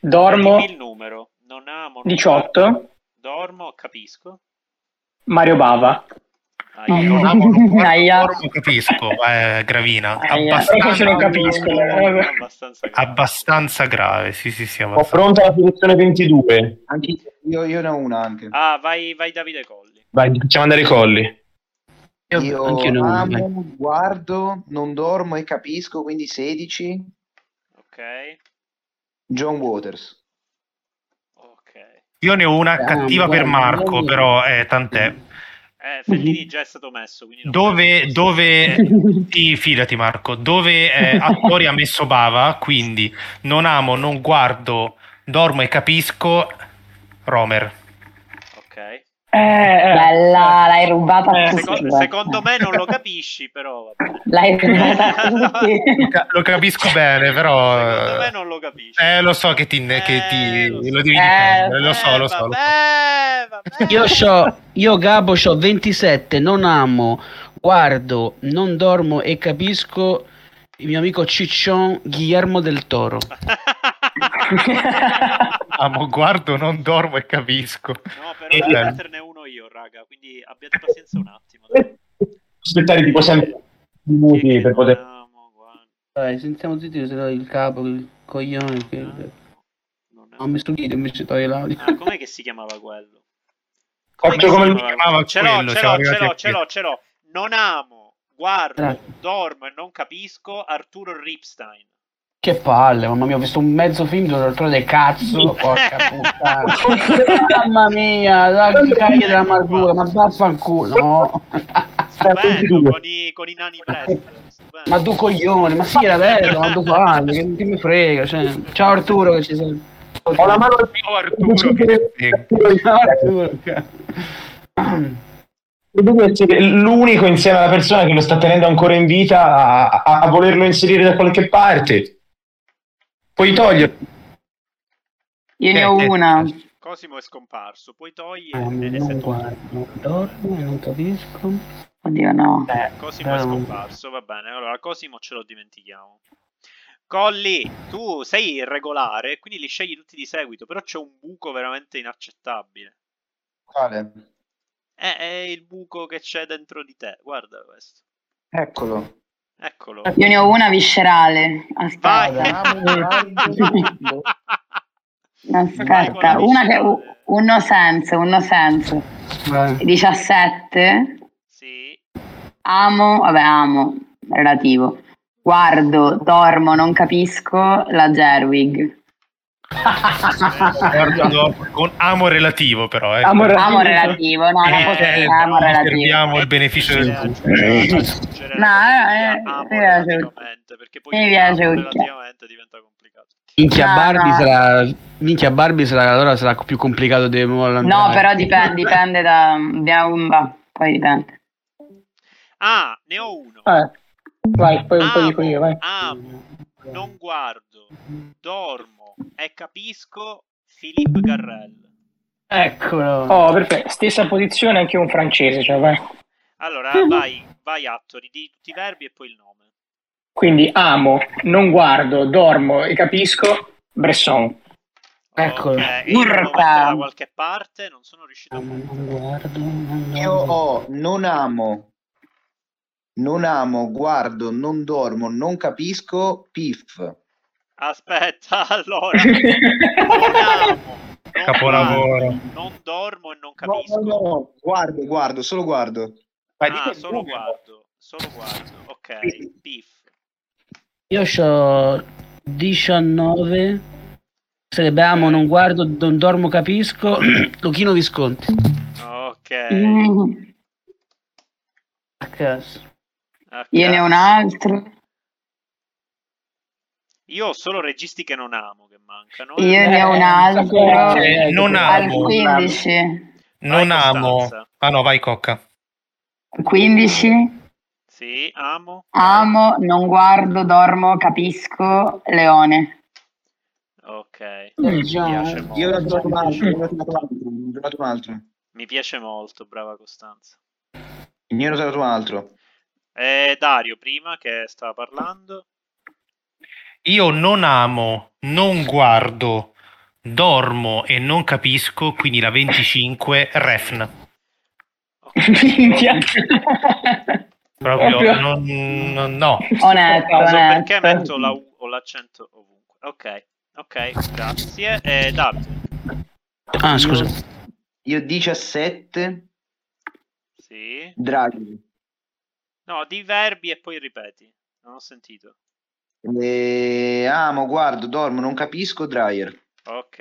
Dimmi dormo, il numero. Non amo. non 18, Dormo, capisco. Mario Bava. Ah, No, io no. non amo, Amo, non guardo, Aia. dormo, capisco. Eh, gravina. Aia. Però questo Abbastanza, non capisco. non eh. amo abbastanza grave. abbastanza grave. Sì, sì, sì, Ho abbastanza. pronta la soluzione 22. Anche io, io ne ho una anche. Ah, vai, vai Davide Colli. Vai, facciamo andare i colli. Io, io anch'io ne ho uno, eh. amo, vai. guardo, non dormo e capisco, quindi 16. Ok. John Waters. Ok. Eh, Io ne ho una Amo, cattiva per guardo, Marco, dormo. però eh, tant'è. Eh, Fellini già è stato messo. quindi non Dove, penso. dove sì, fidati Marco, dove eh, attori ha messo Bava, quindi non amo, non guardo, dormo e capisco, Romer. Ok. Eh, eh. Bella, l'hai rubata a Eh, tutti. Secondo, guarda. secondo me non lo capisci, però vabbè. L'hai rubata a tutti. Ca- Lo capisco bene, Secondo me Eh, però... non lo capisci. Eh, lo so che ti... Che Eh, ti lo lo, so. devi Eh, difendere, lo so, Eh, lo so. lo so. Vabbè, vabbè. Io c'ho, io Gabo c'ho 27, non amo, guardo, non dormo e capisco il mio amico Ciccion Guillermo del Toro. Amo, guardo, non dormo e capisco. No, però Eh, devo eh. metterne uno io, raga, quindi abbiate pazienza un attimo. Aspettare tipo sempre minuti per poter... Amo, guarda, Dai, sentiamo tutti se no il capo, il coglione, che- non amo, non non mi stupite invece toglie l'audio. Ah, com'è che si chiamava quello? Faccio che come si mi chiamava Ce l'ho, quello, ce siamo l'ho, ce arrivati l'ho, a ce l'ho, ce l'ho. Non amo, guardo, Eh. dormo e non capisco Arturo Ripstein. Che palle, mamma mia, ho visto un mezzo film di un altro del cazzo, porca puttana. mamma mia, la caglia dell'amargura, ma vaffanculo, no. Stupendo, con i, con i nani presto. stupendo. Ma tu coglione, ma sì era bello, ma tu palle, che, che mi frega, cioè. Ciao Arturo che ci sei. Ho la Eh. mano al Ciao Arturo, che figo. Ciao Arturo. cioè. Deve essere l'unico insieme alla persona che lo sta tenendo ancora in vita a, a- a volerlo inserire da qualche parte. Puoi toglierlo. Io ne ho Eh, eh, una. Cosimo è scomparso, puoi togliere e se Non guardo, non dormo, non capisco. Oddio, no. Eh. Cosimo è però- scomparso, va bene. Allora, Cosimo ce lo dimentichiamo. Colli, tu sei irregolare, quindi li scegli tutti di seguito, però c'è un buco veramente inaccettabile. Quale? È, è il buco che c'è dentro di te, guarda questo. Eccolo. Eccolo. Io ne ho una viscerale. Vai. Aspetta. Vai con la Aspetta, una che viscerale. un no senso, un no senso. Vai. 17. Sì. Amo, vabbè, amo, relativo. Guardo, dormo, non capisco la Gerwig. Guardo, dormo, con amo relativo però, eh. Amo Amo relativo, no, Eh, non posso dire amo però relativo. riserviamo il beneficio del Aggiungere- aggiungere No, la eh, categoria amo mi piace. relativamente, perché poi Mi piace, amo Urchia. relativamente diventa complicato. Minchia No, Barbie Ah, no. sarà. Minchia Barbie sarà allora sarà più complicato di Mulholland No, Drive. però dipende, dipende da Biaumba, poi dipende. Ah, ne ho uno. Eh, vai, poi, poi dico io, vai. Amo, amo, non guardo, dormo e capisco Philippe Garrel. Eccolo. Oh. Oh, perfetto, stessa posizione anche un francese, cioè vai. Allora, vai, vai Attori, di tutti i verbi e poi il nome. Quindi amo, non guardo, dormo e capisco Bresson. Ecco. Eccolo. Ok, io devo Urca. metterla da qualche parte, non sono riuscito a Mm. Non guardo, non dormo. Io ho non amo, non amo, guardo, non dormo, non capisco, pif. Aspetta, allora. non amo, non Capolavoro. guardo, Non dormo e non capisco. No, no, no, guardo, guardo, solo guardo. Vai, Ah, dico- solo guardo, solo guardo. Ok, pif. Io ho 19. Sarebbe amo, non guardo, non dormo, capisco. Luchino Visconti. Ok. Mm, A caso. ok. Io ne ho un altro. Io ho solo registi che non amo che mancano. eh. Io ne ho un altro. Cioè, Eh, non Al amo, 15. non Vai, amo. Costanza. Ah no, vai Cocca. 15. Sì, amo. Amo, non guardo, dormo, capisco. Leone. Ok. Mm. Mi piace molto. Io ne ho trovato un altro, mi ne ho trovato un altro, ne ho trovato un altro. piace- Mi piace molto, brava Costanza. Ne ho trovato un altro. Eh, Dario prima che stava parlando. Io non amo, non guardo, dormo e non capisco, quindi la 25 Refn. Minchia. Proprio Proprio. non, non- no. Onesto, Non so onesto. perché metto la U o l'accento ovunque. Ok, ok, grazie. Eh, Davide. Ah, scusa. Io 17, Sì. Draghi. No, di verbi e poi ripeti. Non ho sentito. E Eh, amo, guardo, dormo, non capisco, Dryer. Ok.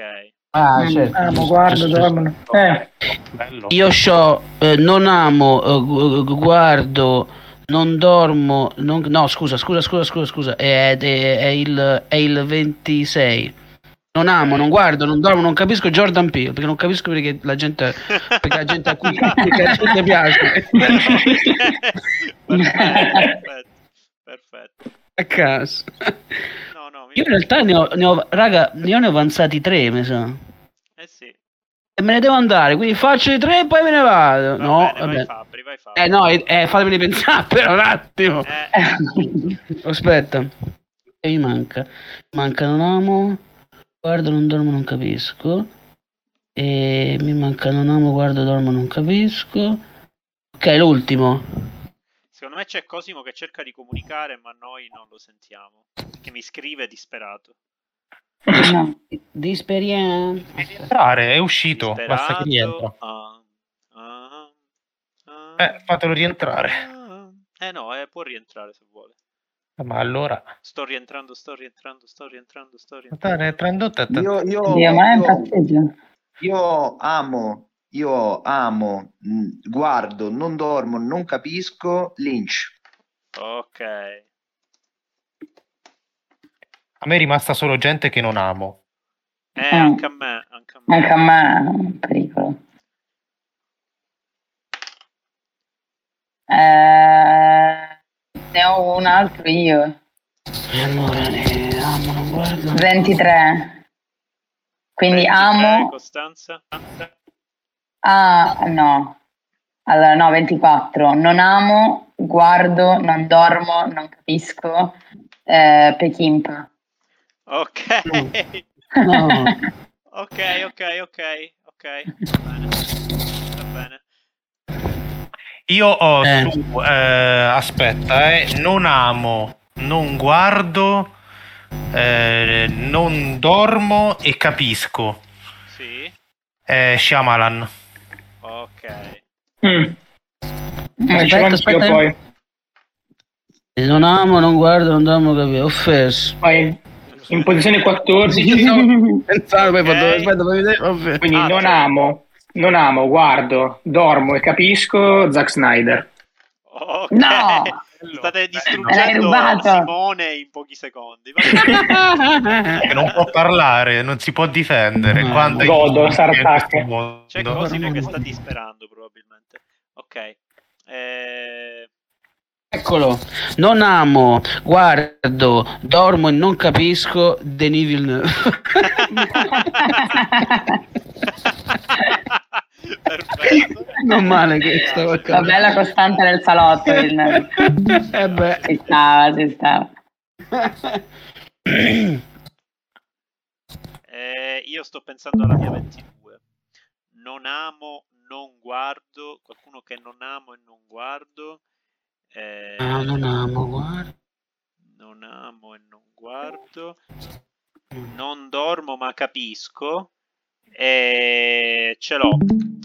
Ah, certo. Amo, guardo, dormo. Eh, Bello. Io ho non amo, eh, gu- gu- guardo, non dormo, non- no scusa, scusa, scusa, scusa, scusa, è, è- è il, è il 26. Non amo, non guardo, non dormo, non capisco Jordan Peele, perché non capisco perché la gente, perché la gente a cui perché la gente piace. perfetto, perfetto, perfetto. A caso. No, no, mi... Io in realtà ne ho, ne ho- raga, io ne ho avanzati tre, mi sa. Eh sì. E me ne devo andare, quindi faccio i tre e poi me ne vado. Va no, bene, vai vabbè. Fabri, vai Fabri. Eh no, eh, eh, fatemeli pensare per un attimo. Eh, Aspetta, e mi manca. Manca non amo, guardo, non dormo, non capisco. E mi manca non amo, guardo, dormo, non capisco. Ok, l'ultimo. secondo me c'è Cosimo che cerca di comunicare, ma noi non lo sentiamo. Che mi scrive disperato. No. Disperiamo. Devi entrare, è uscito, Disperato. basta che rientra. Ah, ah, ah, Eh, fatelo rientrare. ah. Eh no, eh, può rientrare se vuole. Ma allora... Sto rientrando, sto rientrando, sto rientrando, sto Sta rientrando. rientrando, ta- ta- Io, io, Dio, ma è io, impazzito. io amo, io amo, mh, guardo, non dormo, non capisco, Lynch. Ok. Eh, A me è rimasta solo gente che non amo. Eh, anche a me, anche a me. Mm. Anche a me è un pericolo. Eh, ne ho un altro io. Allora, eh, amo, non guardo. 23. Quindi 23, amo. Costanza. Ah, no. Allora, no, 24. Non amo, guardo, non dormo, non capisco. Eh, Pechimpa. Ok. Mm. No. Ok, ok, ok, ok. Va bene. Va bene. Io ho Eh. su, eh, aspetta, eh, non amo, non guardo, eh, non dormo e capisco. Sì. Eh, Shyamalan. Ok. mm. Eh, ci Aspetta, vado aspetta. io poi. Non amo, non guardo, non dormo, capisco. Offeso. Poi, in posizione 14. Pensavo, poi Ok. fatto- aspetta, fammi vedere. offeso. Quindi Ah, non certo. amo, non amo, guardo, dormo e capisco Zack Snyder. Ok. No! State L'hai distruggendo rubato. Simone in pochi secondi. Va bene. Che non può parlare, non si può difendere. No. Quando è Godo, in questo Sartacco. mondo. C'è Cosimo che sta disperando probabilmente. Ok. Eh, Eccolo, non amo, guardo, dormo e non capisco Denis Villeneuve. Perfetto. Non male questo. porca La bella costante nel salotto. il- puttana. Eh beh. Si stava, si stava. Eh, io sto pensando alla mia 22. Non amo, non guardo. Qualcuno che non amo e non guardo. Eh, No, Ah, non amo, guarda. non amo e non guardo. Non dormo ma capisco. E ce l'ho.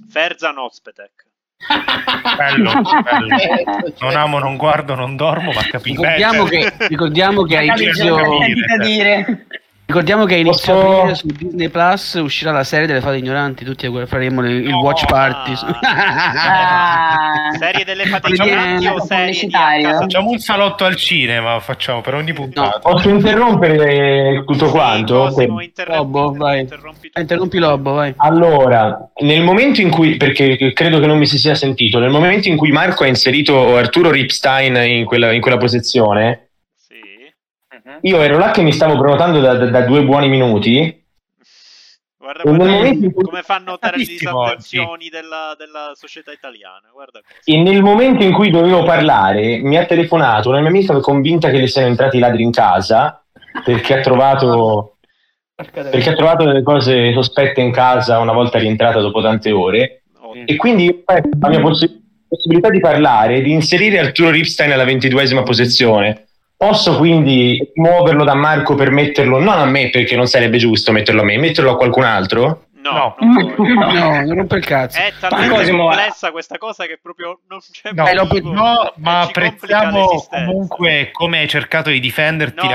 Ferzan Ozpetek. Bello, bello. Non amo, non guardo, non dormo, ma capisco. Ricordiamo Beh, che, ricordiamo che a Magari inizio, gioca- Sentito dire. ricordiamo che a inizio Posso- aprile su Disney Plus uscirà la serie delle fate ignoranti. Tutti a- faremo il, il No, watch party. Ah. Eh. Serie delle fate Facciamo- ignoranti o Ecco, serie di pubblicitario. a casa- Facciamo un salotto al cinema, facciamo per ogni puntata. Posso interrompere tutto quanto? Sì, Cosimo, Que- interrompi- Lobo, vai. interrompi tutto. Interrompi Lobbo, vai. Allora, nel momento in cui, perché credo che non mi si sia sentito, nel momento in cui Marco ha inserito Arturo Ripstein in quella, in quella posizione, Sì. io ero là che mi stavo prenotando da, da- da due buoni minuti. Guarda, In un guarda momento in cui- come fanno notare le Tantissimo oggi. disattenzioni della, della società italiana. Guarda cosa. E nel momento in cui dovevo parlare, mi ha telefonato una mia amica convinta che le siano entrati i ladri in casa perché ha trovato. perché ha trovato delle cose sospette in casa una volta rientrata dopo tante ore Ottimo. e quindi ho perso la mia possi- possibilità di parlare, di inserire Arturo Ripstein alla ventiduesima posizione. Posso quindi muoverlo da Marco per metterlo non a me perché non sarebbe giusto metterlo a me, metterlo a qualcun altro? No, No. non puoi. No, non rompe il cazzo. È talmente Cosimo, complessa questa cosa che proprio non c'è No, Eh, lo- motivo. no, ma Ci complica apprezziamo l'esistenza. comunque come hai cercato di difenderti No, le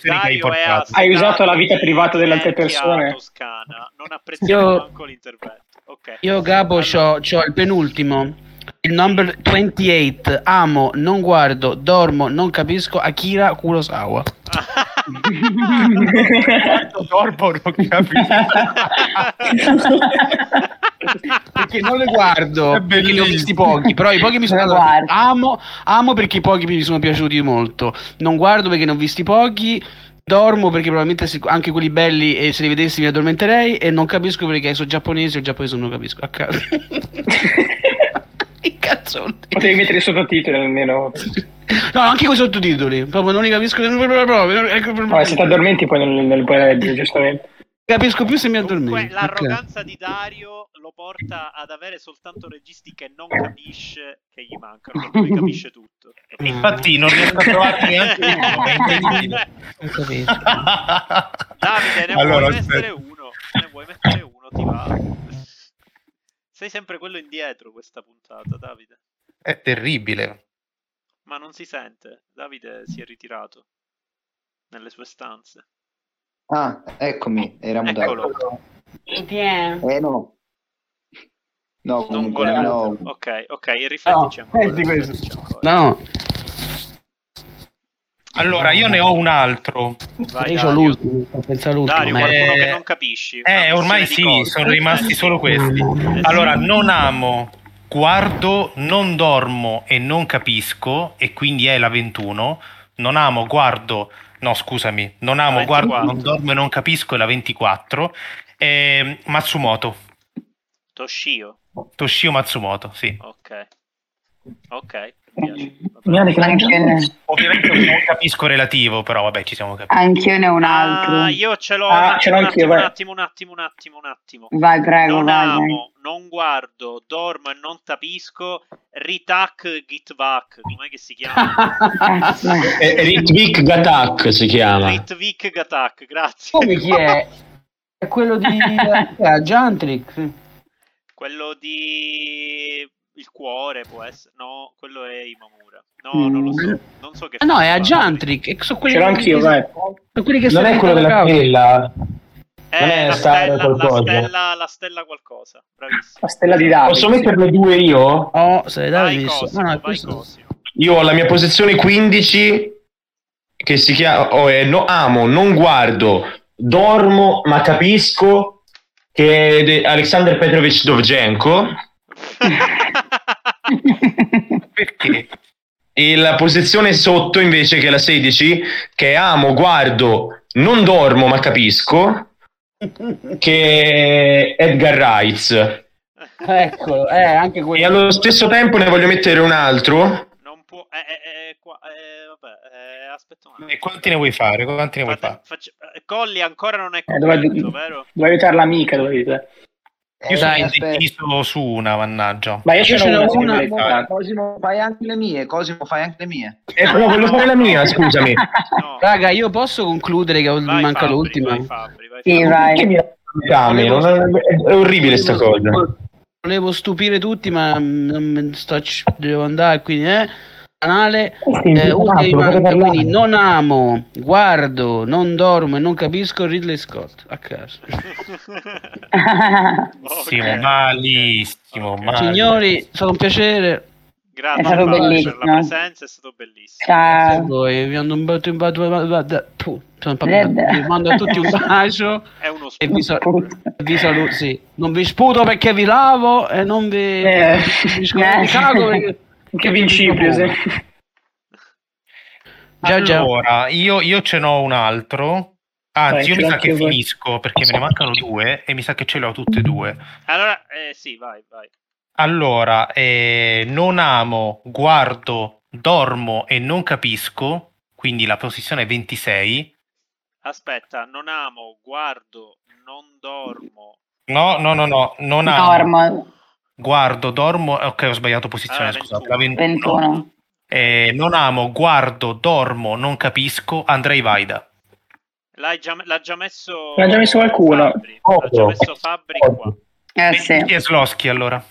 Dari- che hai Dario è portato. assetato Hai usato la vita di privata delle altre vecchia persone? Toscana. Non apprezziamo Io- manco l'intervento. Ok. Io Gabo Allora, c'ho, c'ho il penultimo, il number 28, amo, non guardo, dormo, non capisco, Akira Kurosawa. Quanto torbo non capisco. Perché non le guardo, È perché ne bellissimo. ho visti pochi, però i pochi mi sono Non le andati- guardi. amo, amo perché i pochi mi sono piaciuti molto, non guardo perché ne ho visti pochi, dormo perché probabilmente se- anche quelli belli e se li vedessi mi addormenterei e non capisco perché sono giapponesi o il giapponese non lo capisco. A caso. che cazzo vuol dire? Potevi mettere i sottotitoli almeno. No, anche con i sottotitoli. Proprio ecco, non li capisco. Vabbè, se ti addormenti poi non, non li puoi leggere, giustamente. capisco più se mi addormento. Comunque l'arroganza di Dario lo porta ad avere soltanto registi che non capisce che gli mancano, perché lui capisce tutto. Infatti non riesco a trovarne neanche uno, è incredibile. Non capisco. Davide, ne Allora, vuoi aspetta. mettere uno? Ne vuoi mettere uno, ti va. Sei sempre quello indietro questa puntata, Davide. È terribile. Ma non si sente. Davide si è ritirato nelle sue stanze. Ah, eccomi, era mutato. Eccolo. Eh no. No, Non comunque voleva. no. Ok, ok, riflettici ancora. senti questo. riflettici ancora. No, Allora, io ne ho un altro. Vai, io Dario. ho l'ultimo. sto pensando Dario, all'ultimo. qualcuno Eh, che non capisci. una Eh, missione ormai di sì, cose. sono rimasti solo questi. Allora, non amo, guardo, non dormo e non capisco, e quindi è la 21. Non amo, guardo, no scusami, non amo, 24. guardo, non dormo e non capisco, è la 24. Eh, Matsumoto, Toshio. Toshio Matsumoto, sì. Ok. Ok, mi piace. Va bene. Guarda che l'hai Anch'io ne, Ovviamente non capisco relativo, però vabbè, ci siamo capiti. anch'io ne ho un altro. Ah, io ce l'ho. Ah, un, ce l'ho anch'io, attimo, un vai. attimo, un attimo, un attimo, un attimo. Vai, prego, non vai. amo, non guardo, dormo e non capisco. Ritak Gitvak, com'è che si chiama? vai. Cazzo. Eh, Ritvik Gatak si chiama. Ritvik Gatak, grazie. Come chi è? È quello di eh, Jantrick. sì. Quello di il cuore può essere. No, quello è Imamura. No, non lo so. Mm. Non so che Ah, No, è a fa. Jantrick. e Sono quelli Ce l'ho che- anch'io, vai. Sono quelli che Non è stanno quello della causa. stella, Eh, Non è la, Star stella, la, qualcosa. stella, la stella qualcosa. Bravissimo. La stella di Davide. Posso metterne due io? Oh, se le dai Vai visto. Cosimo, No, no, è vai questo. Cosimo. Io ho la mia posizione 15 che si chiama oh, è no, amo, non guardo, dormo, ma capisco che è de- Alexander Petrovic Dovgenko Perché? e la posizione sotto invece che è la 16 che è amo, guardo, non dormo, ma capisco che è Edgar Wright. Eccolo, eh, anche E quello. allo stesso tempo ne voglio mettere un altro. Non può... Eh, eh, eh, qua- eh, vabbè, eh, aspetta un attimo. E quanti ne vuoi fare? Quanti ne vuoi Fate- fare? faccia- eh, Colli ancora non è Eh, dovrebbe- completo, vero? Devo aiutare l'amica, devo aiutare. Eh, Io sono Eh, dai, indeciso su una, mannaggia. Ma io, Io ce ce n'ho n'ho una, se una, volete. ma- Cosimo, fai anche le mie. Cosimo, fai anche le mie. Eh, però quello fare la mia, scusami. No. Raga, io posso concludere che ho- Vai, manca Fabri, l'ultima? Vai, Fabri, vai, Sì, Fabri. Che vai. mi rami? Non è, è orribile sta cosa. Volevo stupire tutti, ma mm, non me- sto, ci- devo andare, quindi eh. Canale, eh, uno che mi manca, quindi non amo, guardo, non dormo e non capisco Ridley Scott, a caso. Malissimo, Ok. malissimo, Ah, Ok. malissimo. Signori, è stato un piacere, Grazie È stato Fabri, per la bellissimo. presenza, è stato bellissimo. a Ciao. voi, vi mando un bacio, un bacio, un bacio- un bacio- puh, sono Eh, proprio- beh. vi mando a tutti un bacio È uno e vi, sport. sa- vi saluto, sì. non vi sputo perché vi lavo e non vi... Eh, vi scu- vi cago perché- Che principio, sì. Già, già. Allora, io, io ce n'ho un altro. Anzi, Vai, io ce mi sa l'ho che anche io. finisco perché me ne mancano due e mi sa che ce le ho tutte e due. Allora, eh, sì, vai, vai. Allora, eh, non amo, guardo, dormo e non capisco, quindi la posizione è 26. Aspetta, non amo, guardo, non dormo. No, no, no, no, non amo, Normo, guardo, dormo, eh, ok, ho sbagliato posizione, Ah, 21. scusate, la 21. 21. Eh, non amo, guardo, dormo, non capisco, Andrei Vaida. L'hai già, l'ha già messo... L'ha già messo qualcuno. Fabri. L'ha già messo Fabri qua. Eh Metti sì. Kieslowski, allora,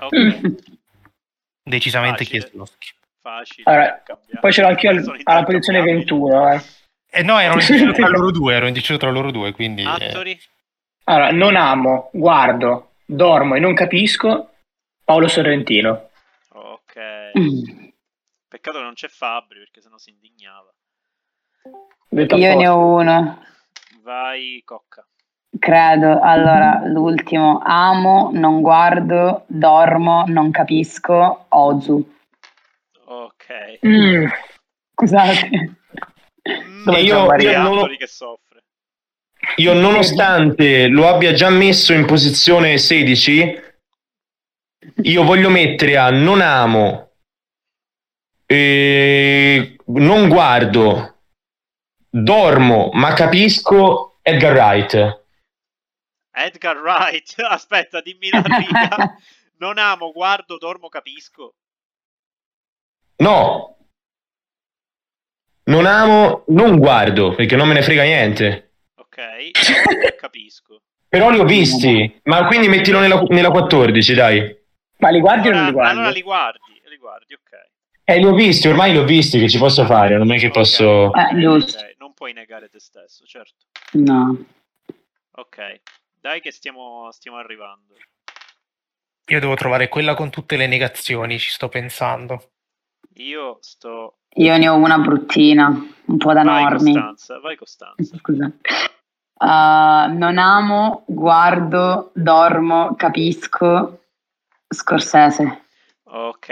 Ok, Mm. decisamente Facile. Kieslowski. facile. Allora, cambiare. poi ce l'ho anch'io al- Sono alla posizione intercambiabili. 21. eh. Eh, no, ero indeciso tra loro due, ero indeciso tra loro due, quindi... eh, Attori? Allora, non amo, guardo, dormo e non capisco Paolo Sorrentino. Ok. Mm. Peccato che non c'è Fabri perché sennò si indignava. Ho detto Io ne apposta. ho uno. Vai, Cocca. Credo, allora, l'ultimo, amo, non guardo, dormo, non capisco, Ozu. Ok. Mm, Scusate. Mm, io- Gian Maria io non ho- Attoli che soffre. Io nonostante lo abbia già messo in posizione 16, io voglio mettere a non amo, eh, non guardo, dormo, ma capisco Edgar Wright. Edgar Wright, aspetta, dimmi la riga. Non amo, guardo, dormo, capisco. No, non amo, non guardo, perché non me ne frega niente. Ok, dormo, capisco. Però li ho visti, ma quindi mettilo nella, nella 14, dai. ma li guardi o Allora, non li guardi? allora li guardi, li guardi, ok. Eh, li ho visti, ormai li ho visti, che ci posso fare? Non è che Ok, posso... ok, Eh, giusto. ok, Non puoi negare te stesso, certo. No. Ok, dai che stiamo, stiamo arrivando. Io devo trovare quella con tutte le negazioni, ci sto pensando. Io sto... Io ne ho una bruttina, un po' da Vai normi. Costanza, vai Costanza. Scusa. Uh, non amo, guardo, dormo, capisco, Scorsese. Ok.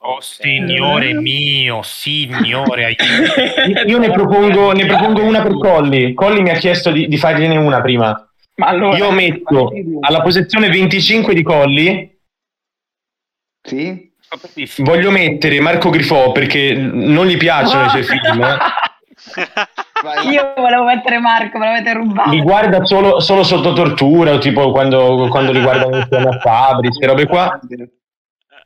Oh ok. signore mio, signore, aiuto. Io ne propongo, ne propongo una per Colli. Colli mi ha chiesto di, di fargliene una prima. Ma allora, Io metto alla posizione 25 di Colli, Sì? voglio mettere Marco Grifò perché non gli piacciono i suoi film. eh. Vai. Io volevo mettere Marco, me l'avete Li rubato. guarda solo, solo sotto tortura, o tipo quando, quando li guardano insieme a Fabri, queste robe qua.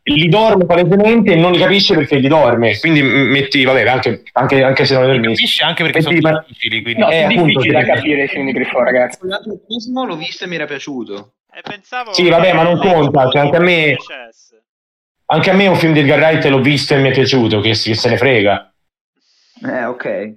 Li dorme palesemente e non li capisce perché li dorme. Quindi m- metti, vabbè, anche, anche- anche se non li Mi dormisci. capisce anche perché sono Metti Mar- difficili, quindi no, eh, sono appunto, difficili da sì. capire i film di Griffo, ragazzi. Cosimo l'ho visto e mi era piaciuto. E Eh, pensavo... Sì, vabbè, ma non conta, cioè, anche a me- Mi piacesse. Anche a me un film di Edgar Wright l'ho visto e mi è piaciuto, che, si- che se ne frega. Eh, ok. Ah.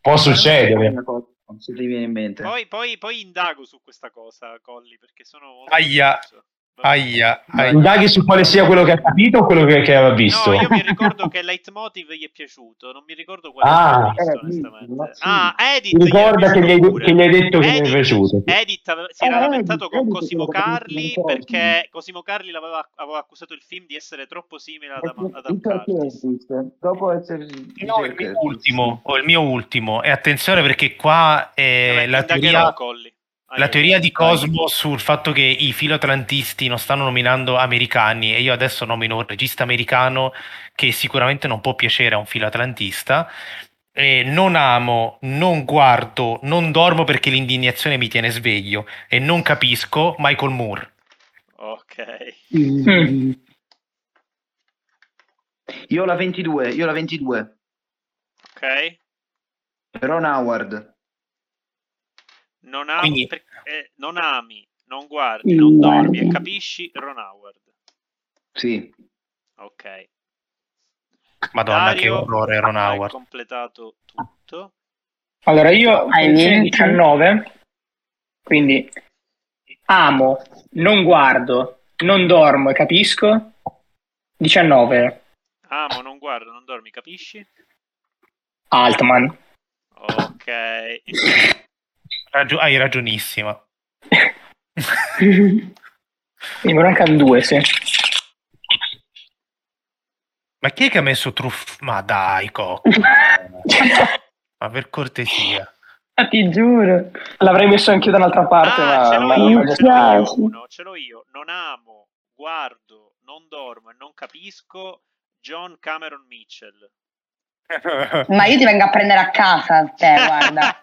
Può succedere. Una cosa, non so se ti viene in mente. Poi, poi- poi indago su questa cosa, Colli, perché sono... molto Aia, curioso. Vabbè. Aia, aia. Eh, Indaghi su quale sia quello che ha capito o quello che, che aveva visto. No, io mi ricordo che Leitmotiv gli è piaciuto, non mi ricordo quale Ah. sia visto, Eh, quindi, onestamente. ma sì. Ah, Edith! Mi ricorda gliel'ho che gli, hai, visto pure. Eh, che gli hai detto che mi Edit- è piaciuto. Edith ave- si era Ah, lamentato Edith, con Edith, Cosimo quello che ha fatto Carli con Cosimo. perché Cosimo Carli l'aveva, aveva accusato il film di essere troppo simile ad, Ama- ad Tutto a Amcartis. Eh, Curtis, Dopo essere... No, il mio ultimo, o il mio ultimo. E attenzione perché qua eh, Vabbè, la indagherò, teoria Colli. La teoria di Vai. Cosmo sul fatto che i filoatlantisti non stanno nominando americani e io adesso nomino un regista americano che sicuramente non può piacere a un filoatlantista. E non amo, non guardo, non dormo perché l'indignazione mi tiene sveglio e non capisco Michael Moore. Ok. Mm. Io ho la 22, io ho la 22. Ok. Ron Howard. Non ami, Quindi- per- eh, non ami, non guardi, non Guardi. dormi e capisci Ron Howard. Sì. Ok. Madonna, che Dario orrore, Ron ha Howard. completato tutto. Allora io ho Hai vinto. 19, quindi amo, non guardo, non dormo e capisco. 19, Amo, non guardo, non dormi, capisci? Altman. Ok. Ragio- hai ragionissima. Mi manca il 2, sì. Ma chi è che ha messo truff? Ma dai, cocco. Ma per cortesia. Ma Ah, ti giuro. L'avrei messo anche da un'altra parte, Ah, ma, ce ma l'ho non io, mi ce l'ho io piace. uno, ce l'ho io. Non amo, guardo, non dormo e non capisco John Cameron Mitchell. Ma io ti vengo a prendere a casa, te, guarda.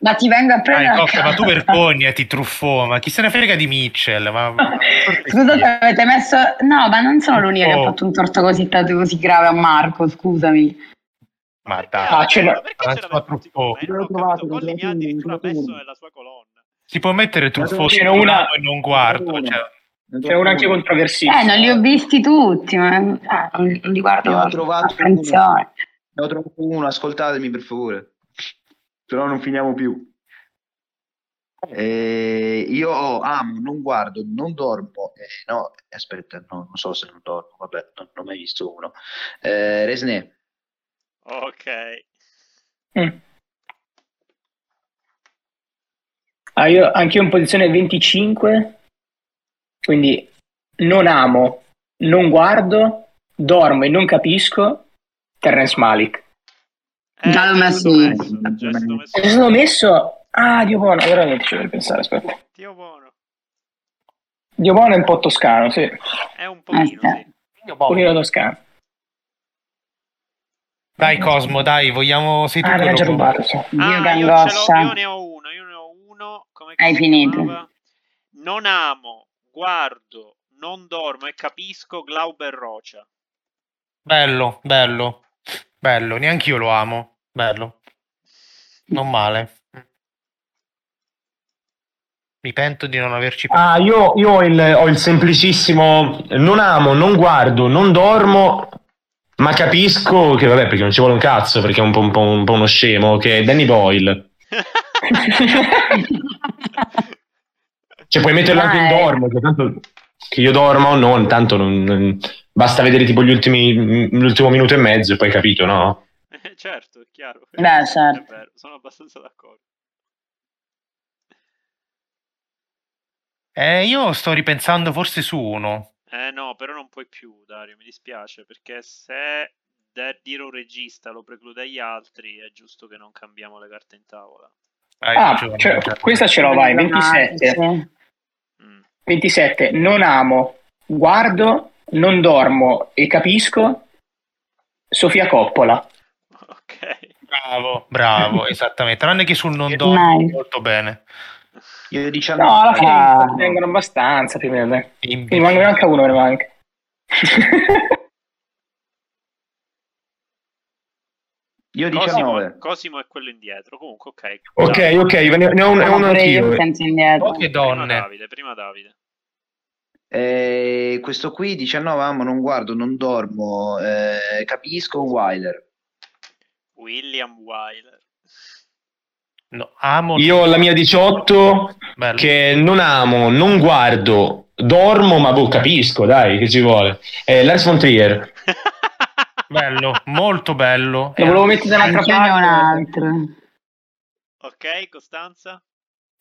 Ma ti vengo a prendere Dai, a Cocco, casa. ma tu vergognati, truffo, ma chi se ne frega di Mitchell? Ma, ma per cortesia. Scusate, avete messo. No, ma non sono l'unica che ha Oh. fatto un torto così, tanto così grave a Marco, scusami. Ma perché- dai. Ah, ce l'ho- ma perché ce l'avete tutti Ah, con me? troppo. Io non ho capito. Colli mi ha addirittura messo nella sua colonna. si può mettere truffo Ce su n'è una una- e non guardo. Cioè, C'è uno anche Eh, non controversissimo. li ho visti tutti, ma eh, non non li guardo. Ne ho con trovato attenzione. Ne ho trovato uno, ascoltatemi per favore. Però non finiamo più. Eh, io amo, non guardo, non dormo. eh, no, aspetta, no, non so se non dormo. Vabbè, non, non ho mai visto uno. Eh, Resné, Ok. Mm. Ah, io, anche io in posizione 25, quindi non amo, non guardo, dormo e non capisco Terrence Malik. Eh, Già l'ho già messo sto io. già sto messo E se io. sono messo... Ah, Dio buono, veramente ci devo pensare, aspetta. Dio buono. Dio buono è un po' toscano, sì, un È un pochino, Aspetta. sì. pochino toscano. dai, Cosmo, dai, vogliamo. Sei tu Ah, me l'ha quello già con- rubato, sì. Dio che Ah, io, ce l'ho- io angoscia. ne ho uno, io ne ho uno. Come Hai si finito. chiamava? Non amo, guardo, non dormo e capisco Glauber Rocha. Bello, bello, bello. Neanche io lo amo. Bello, non male. Mi pento di non averci pensato. Ah, io, io ho, il, ho il semplicissimo non amo, non guardo, non dormo, ma capisco che vabbè perché non ci vuole un cazzo, perché è un po', un po'- un po' uno scemo, che è Danny Boyle. Cioè puoi metterlo anche in Dai. dormo, che tanto che io dormo, non, tanto non- non- basta vedere tipo gli ultimi, mm, l'ultimo minuto e mezzo e poi capito, no? Eh, certo, è chiaro. Beh, certo. È vero, sono abbastanza d'accordo. Ah. Eh, io sto ripensando forse su uno. Eh no, però non puoi più, Dario, mi dispiace, perché se de- dire un regista lo preclude agli altri, è giusto che non cambiamo le carte in tavola. Hai Ah, ragione. cioè, questa ce l'ho, vai, 27. Sì. Mm. 27. Non amo, guardo, non dormo e capisco Sofia Coppola. Ok. Bravo, bravo, esattamente. Tranne che sul non dormo Nice. molto bene. io 19. No, alla fine Ah. mi vengono abbastanza più o meno. dai. Mi Imbecille. manca anche uno, mi manca. Io Cosimo, 19. Cosimo è quello indietro. Comunque, ok. Ok, ok, ne, ne ho un, ne ho Sono uno pure io anch'io. senza indietro. Poche Prima Oh, donne. Davide, prima Davide. Eh, questo qui 19 amo, non guardo, non dormo, eh, capisco Wilder. William Wyler. No, amo. Io ho la mia 18 Bello. che non amo, non guardo, dormo, ma boh, capisco, dai, che ci vuole. Eh, Lars von Trier. Bello, molto bello. Lo volevo mettere da un'altra Anch'io ne ho un parte. altro. ok, Costanza?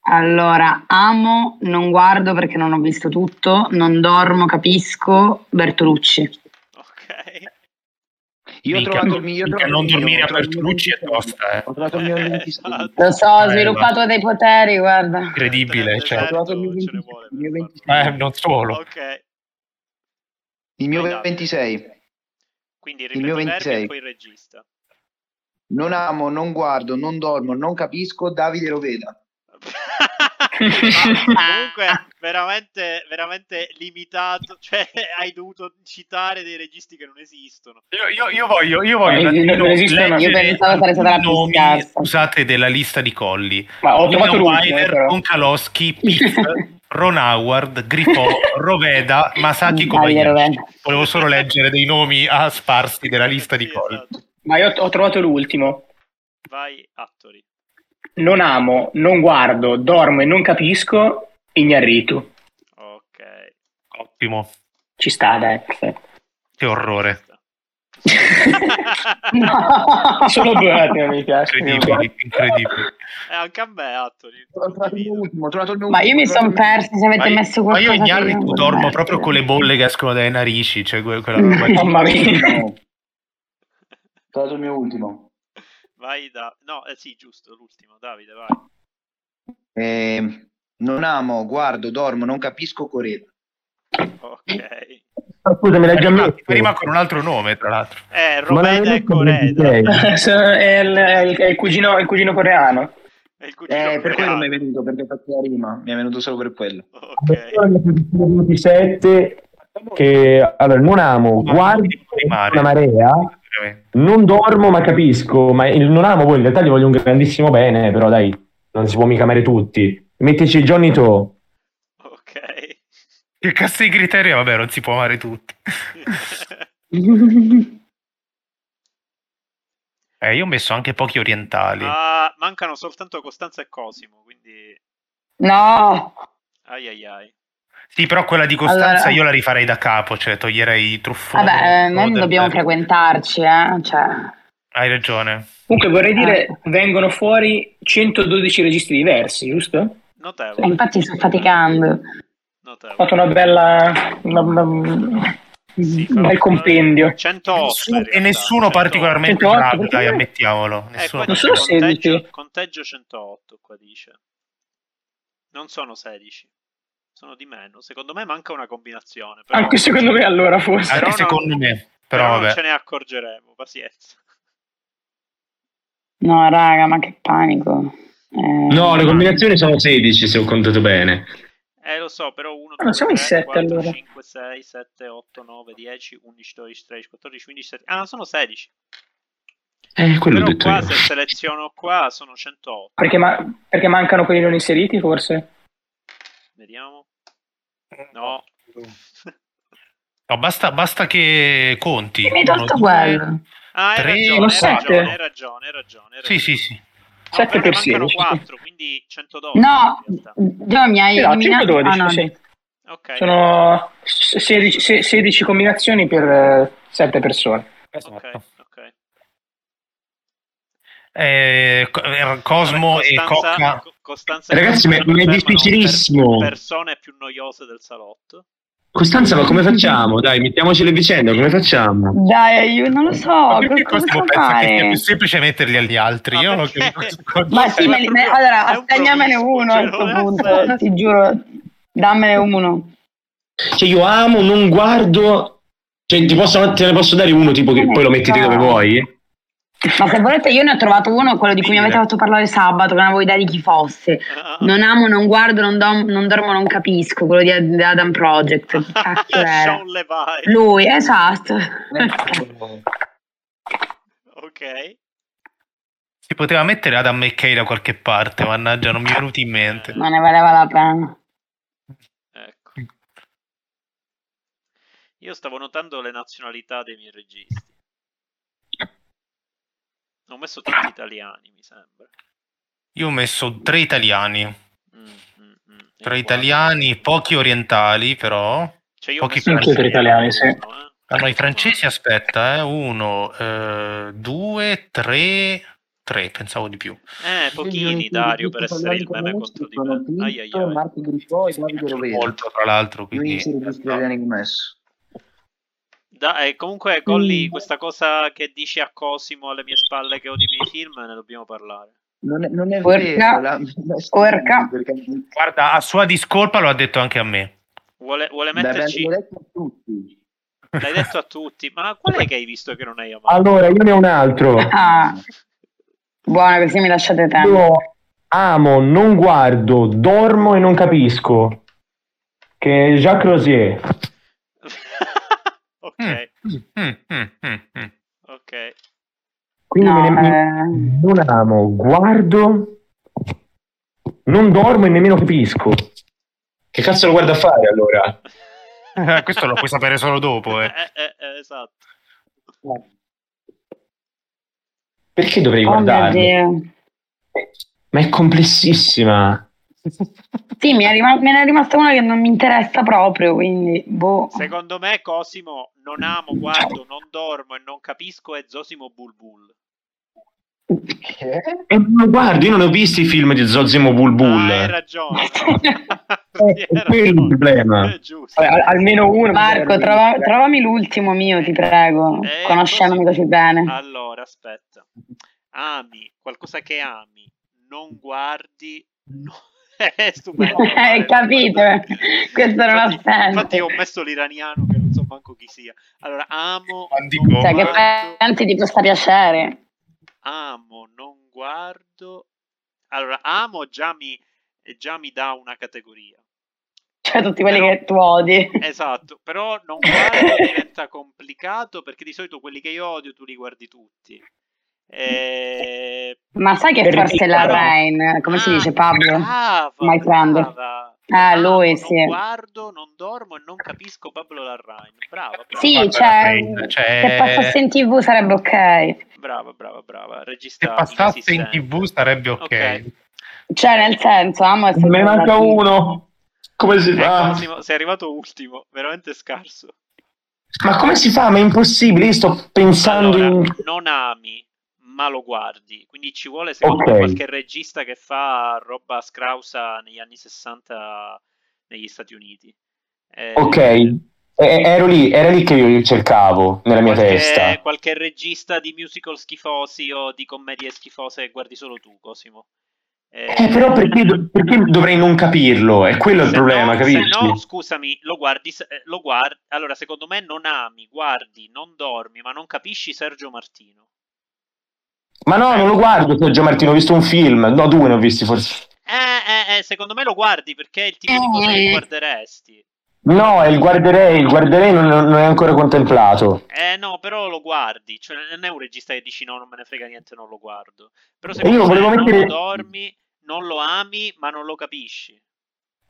Allora, amo, non guardo perché non ho visto tutto, non dormo, capisco, Bertolucci. Ok. Io ho Minchia, trovato il non- mio. minchia, non dormire a Bertolucci è tosta, eh. Ho trovato il mio 26. Esatto. Lo so, ho Eh, sviluppato dei poteri, guarda. Incredibile, Ho cioè. trovato il mio Ce ne 26. vuole Il mio per 26. Eh, non solo. Ok, Il mio 26. quindi Il mio ripeti i verbi 26. e poi il regista. Non amo, non guardo, non dormo, non capisco. Davide lo veda. comunque veramente, veramente limitato cioè hai dovuto citare dei registi che non esistono eh, Io, io- io voglio, io voglio Eh, un attimo non esiste, no. leggere Io pensavo sarebbe stata la più nomi, scarsa. Scusate, della lista di colli. Ma ho trovato Nino l'ultimo, Weiler, però. Konkalowski, Piff, Ron Howard, Griffo, Roveda, Masaki Davide Kobayashi. Roveda. Volevo solo leggere dei nomi a sparsi della lista di Sì, colli. esatto. Ma io ho trovato l'ultimo. vai attori Non amo, non guardo, dormo e non capisco. Ignarritu. ok esatto. Ottimo, Ci sta, dai. perfetto. che orrore. Eh, No. Solo due eh, attimo, mi piace. Incredibile, incredibile. Eh, anche a me attori Ho trovato il mio ultimo. Ho trovato il mio Ma io ultimo, mi ho trovato sono il mio- perso se avete Ma io, messo ma io qualcosa. che Gnarri non tu volevo dormo mettere. proprio con le bolle che escono dalle narici, cioè que- quella Mm. roba lì. Mamma mia. Ho trovato il mio ultimo. vai da no eh, sì giusto l'ultimo Davide vai Eh, non amo, guardo, dormo, non capisco Corella. ok Ah, Scusami, leggi a Prima, me. prima con un altro nome, tra l'altro. eh l'avevi Romeda e detto Coreda perché? è, il, è il- è il cugino, è il cugino coreano. è il cugino Eh, per quello coreano. mi è venuto, perché faceva rima, mi è venuto solo per quello. Ah, ok Allora, mi sono detto 27 che allora non amo, Ma guardo di mare. una marea, non dormo ma capisco, ma il non amo poi in realtà gli voglio un grandissimo bene, però dai, non si può mica amare tutti. Mettici Johnny To. ok Che cazzo di criterio? Vabbè, non si può amare tutti. Eh, io ho messo anche pochi orientali. Ah, mancano soltanto Costanza e Cosimo quindi No, ai ai ai Sì, però quella di Costanza Allora- io la rifarei da capo, cioè toglierei i truffoni. vabbè, eh, noi non Rodenberg. dobbiamo frequentarci, eh. Cioè, Hai ragione. Comunque vorrei dire, Ah. vengono fuori 112 registi diversi, giusto? Ho notevole infatti sto faticando. fatto notevole una bella... una- una- Sì, un bel però- compendio. 108 Nessuno- in realtà, e nessuno 108. particolarmente 108, bravo, perché- dai, ammettiamolo. Ecco, Eh, Nessuno qua Non dice sono particolarmente- conteggio, 16. conteggio 108 qua dice. Non sono 16. Sono di meno. Secondo me manca una combinazione. Però, Anche secondo me allora forse. Anche però secondo non- me. però Però non vabbè. ce ne accorgeremo. Pazienza. No, raga, ma che panico. Eh, No, le combinazioni sono 16 se ho contato bene. Eh, lo so, però 1, Ah, siamo in sette, 4, allora. 5, 6, 7, 8, 9, 10, 11, 12, 13, 14, 15, 16. Ah, sono 16. Eh, quello ho Però detto qua io. se seleziono qua sono 108. Perché, ma- perché mancano quelli non inseriti forse? Vediamo. No. No, basta, basta che conti. mi hai Uno, tolto due- quello. Ah, hai Tre, ragione, ma hai sette? ragione, hai ragione, hai ragione, hai ragione. Sì, sì, sì. No, Sette però per ne mancano 16. 4, quindi 112. No, in realtà. Gio mi hai Eh, no, eliminato. 112, ah, no. sì. Ok. Sono 16, se- 16 combinazioni per 7 persone. Ok, ok. Eh, co- eh, Cosmo e Costanza- Cocca. Co- Costanza e Ragazzi, Cocca ma- ma è confermano difficilissimo. per- persone più noiose del salotto. Costanza, ma come facciamo? Dai, mettiamoci le vicende, come facciamo? Dai, io non lo so, Ma cosa perché Cosmo possiamo pensa che sia fare? più semplice metterli agli altri? Ma Io non ho perché? capito questo concetto. Ma sì, Ma me li- me- proprio- allora, è un assegnamene promiscuo, uno cioè, a questo non è- punto, ti giuro. Dammene uno. Cioè, io amo, non guardo. Cioè, ti posso- te ne posso dare uno tipo che poi lo mettete dove vuoi? Ma se volete, io ne ho trovato uno, quello di cui mi avete fatto parlare sabato, che non avevo idea di chi fosse. Non amo, non guardo, non, dom- non dormo, non capisco. Quello di Ad- Adam Project. Che cacchio era? Sean Levi. Lui, esatto. Ok. Si poteva mettere Adam McKay da qualche parte, mannaggia, non mi è venuto in mente. Non ne valeva la pena. Ecco. Mm. Io stavo notando le nazionalità dei miei registi. Ho messo tutti italiani, mi sembra. Io ho messo tre italiani, Mm, mm, mm. E tre guarda. italiani, pochi orientali però. Cioè, io ho pochi messo francesi. anche Anche per italiani, sì. italiano, eh. Ah, no, i francesi aspetta, eh. uno, eh, due, tre, tre, pensavo di più. Eh, pochini, Dario, per essere il meme contro di me. Ai, ai, ai. Marco Grifoi, Davide Sono Rovero. Molto, tra l'altro, Gli quindi... unici registi italiani che ho messo. Da- eh, comunque, Colli, questa cosa che dici a Cosimo alle mie spalle che odio i miei film, ne dobbiamo parlare. Non è, non è Porca- vero. La, la- porca. perché- Guarda, a sua discolpa lo ha detto anche a me. Vuole, vuole Beh, metterci. abbiamo detto a tutti. L'hai detto a tutti, ma qual è che hai visto che non hai amato? Allora, io ne ho un altro. Ah, buona, così mi lasciate tempo. Io amo, non guardo, dormo e non capisco. Che è Jacques Rosier. ok, Mm, mm, mm, mm. ok. Quindi No, me ne- eh, non amo, guardo, non dormo e nemmeno capisco. Che cazzo lo guarda a fare allora? Eh, questo lo puoi sapere solo dopo, eh. Eh, eh, eh, esatto. Perché dovrei oh mio guardarlo? Dio. Ma è complessissima. Sì, mi è rima- me ne è rimasta una che non mi interessa proprio, quindi boh. Secondo me, Cosimo non amo, guardo, non dormo e non capisco. È Zosimo Bulbul. E non lo guardo, io non ho visto i film di Zozimo Bulbul. Ah, hai ragione. Eh, è quello il problema. È giusto. Vabbè, al- almeno uno. Marco, trova- trovami l'ultimo mio, ti prego. Eh, Conoscendomi così. Ah, così bene. Allora, aspetta. Ami, qualcosa che ami, non guardi. no- è stupendo. Hai capito? Questo non ha Infatti- senso. Infatti, io ho messo l'iraniano che non so manco chi sia. Allora, amo. Quanti non Cioè, che guardo, pensi di possa piacere? amo, non guardo. Allora, amo già mi, già mi dà una categoria. Cioè, tutti quelli che tu odi. Esatto, però non guardo diventa complicato perché di solito quelli che io odio tu li guardi tutti. Eh, Ma sai che Per forse la rifiutare. Rain, come si ah, dice Pablo? Brava, My friend. brava. Ah, lui, non sì. guardo, non dormo e non capisco Pablo Larrain. Brava, brava, Sì, Guarda, cioè, Rain, se cioè, passasse in tv sarebbe ok. brava, brava, brava. Regista se passasse in inesistente. tv sarebbe ok. Ok. Cioè, nel senso, amo essere Me ne manca guardati. uno. Come si Ecco, fa? ultimo, sei arrivato ultimo, veramente scarso. Ma come si fa? Ma è impossibile. Io sto pensando Allora, in... non ami, ma lo guardi. Quindi ci vuole, secondo Ok. me, qualche regista che fa roba scrausa negli anni 60 negli Stati Uniti. Eh, Ok, e- ero lì, era lì che io cercavo nella mia Qualche, testa. qualche regista di musical schifosi o di commedie schifose che guardi solo tu, Cosimo. Eh, Eh, però perché, do- perché dovrei non capirlo? È quello il se problema, no- capisci? Se no, scusami, lo guardi, se- eh, lo guardi. Allora, secondo me non ami, guardi, non dormi, ma non capisci Sergio Martino. Ma no, non lo guardo Sergio Martino, ho visto un film, no, due ne ho visti forse. Eh, eh, eh, secondo me lo guardi perché è il tipo di cosa che guarderesti. No, è il guarderei, il guarderei non, non è ancora contemplato. Eh no, però lo guardi, cioè non è un regista che dici no, non me ne frega niente, non lo guardo. Però se Io volevo non mettere- lo dormi, non lo ami, ma non lo capisci.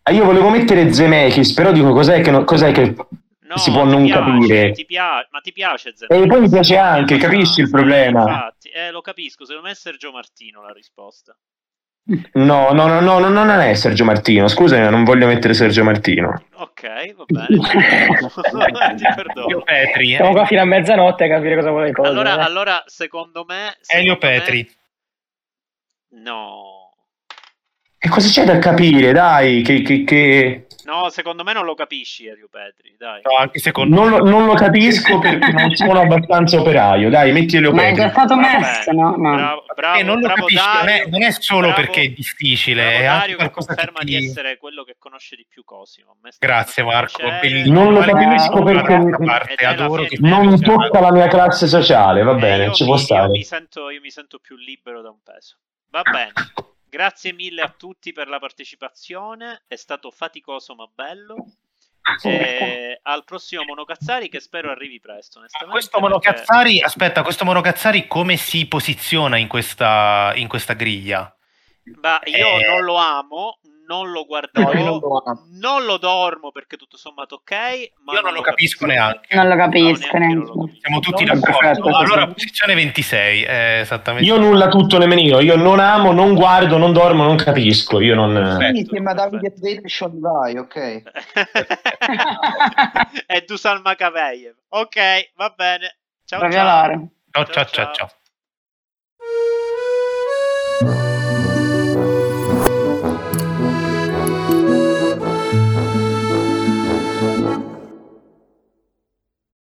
Eh, Io volevo mettere Zemeckis, però dico cos'è che... non- cos'è che... No, Si può ti non piace, capire. ti pia- ma ti piace Zemeckis? E poi mi piace anche, Eh, capisci il sì, problema? Infatti, eh, lo capisco, secondo me è Sergio Martino la risposta. No, no, no, no, no, no, non è Sergio Martino, scusami, ma non voglio mettere Sergio Martino. Ok, va bene. ti Elio perdono. Petri, Siamo eh. qua fino a mezzanotte a capire cosa vuole cosa. Allora, eh. allora, secondo me... eh. Elio secondo me- Petri. No. E cosa c'è da capire, dai, che... che- che- No, secondo me non lo capisci, Elio Petri, dai. No, anche secondo Non, lo, non lo capisco perché non sono abbastanza operaio, dai, metti Elio Ma è Petri. già stato Vabbè, messo, no? No. Bravo, bravo, me Eh, non lo bravo capisci, non Dario, è, non è solo bravo- perché è difficile, bravo è anche Dario che qualcosa che conferma ti- di essere quello che conosce di più Cosimo. A me sta Grazie facendo Marco, piacere. bellissimo. Non lo Guarda, capisco guarda, perché- guarda, parte, Ed è la adoro fine. che- Non tocca la mia classe sociale, va Eh, bene, io ci mi- può Io stare. mi, sento, io mi sento più libero da un peso. Va bene. Grazie mille a tutti per la partecipazione, è stato faticoso ma bello. eh, E al prossimo Monocazzari che spero arrivi presto. onestamente, Questo perché- Monocazzari, aspetta, questo Monocazzari come si posiziona in questa, in questa griglia? Ma io Eh. non lo amo, non lo guarderò, No, io non, non lo amo. lo dormo perché tutto sommato ok, ma Io non lo capisco neanche. Non lo No, neanche capisco neanche. io non lo capisco. Siamo tutti Non- d'accordo. perfetto, allora, perfetto. posizione 26, eh, esattamente. Io nulla tutto nemmeno io, io non amo, non guardo, non dormo, non capisco, io non... Perfetto, Quindi insieme a Davide Prediction vai, ok? e tu Salma Caveyev. Ok, va bene. Ciao Proprio ciao. loro. ciao, ciao, ciao. ciao.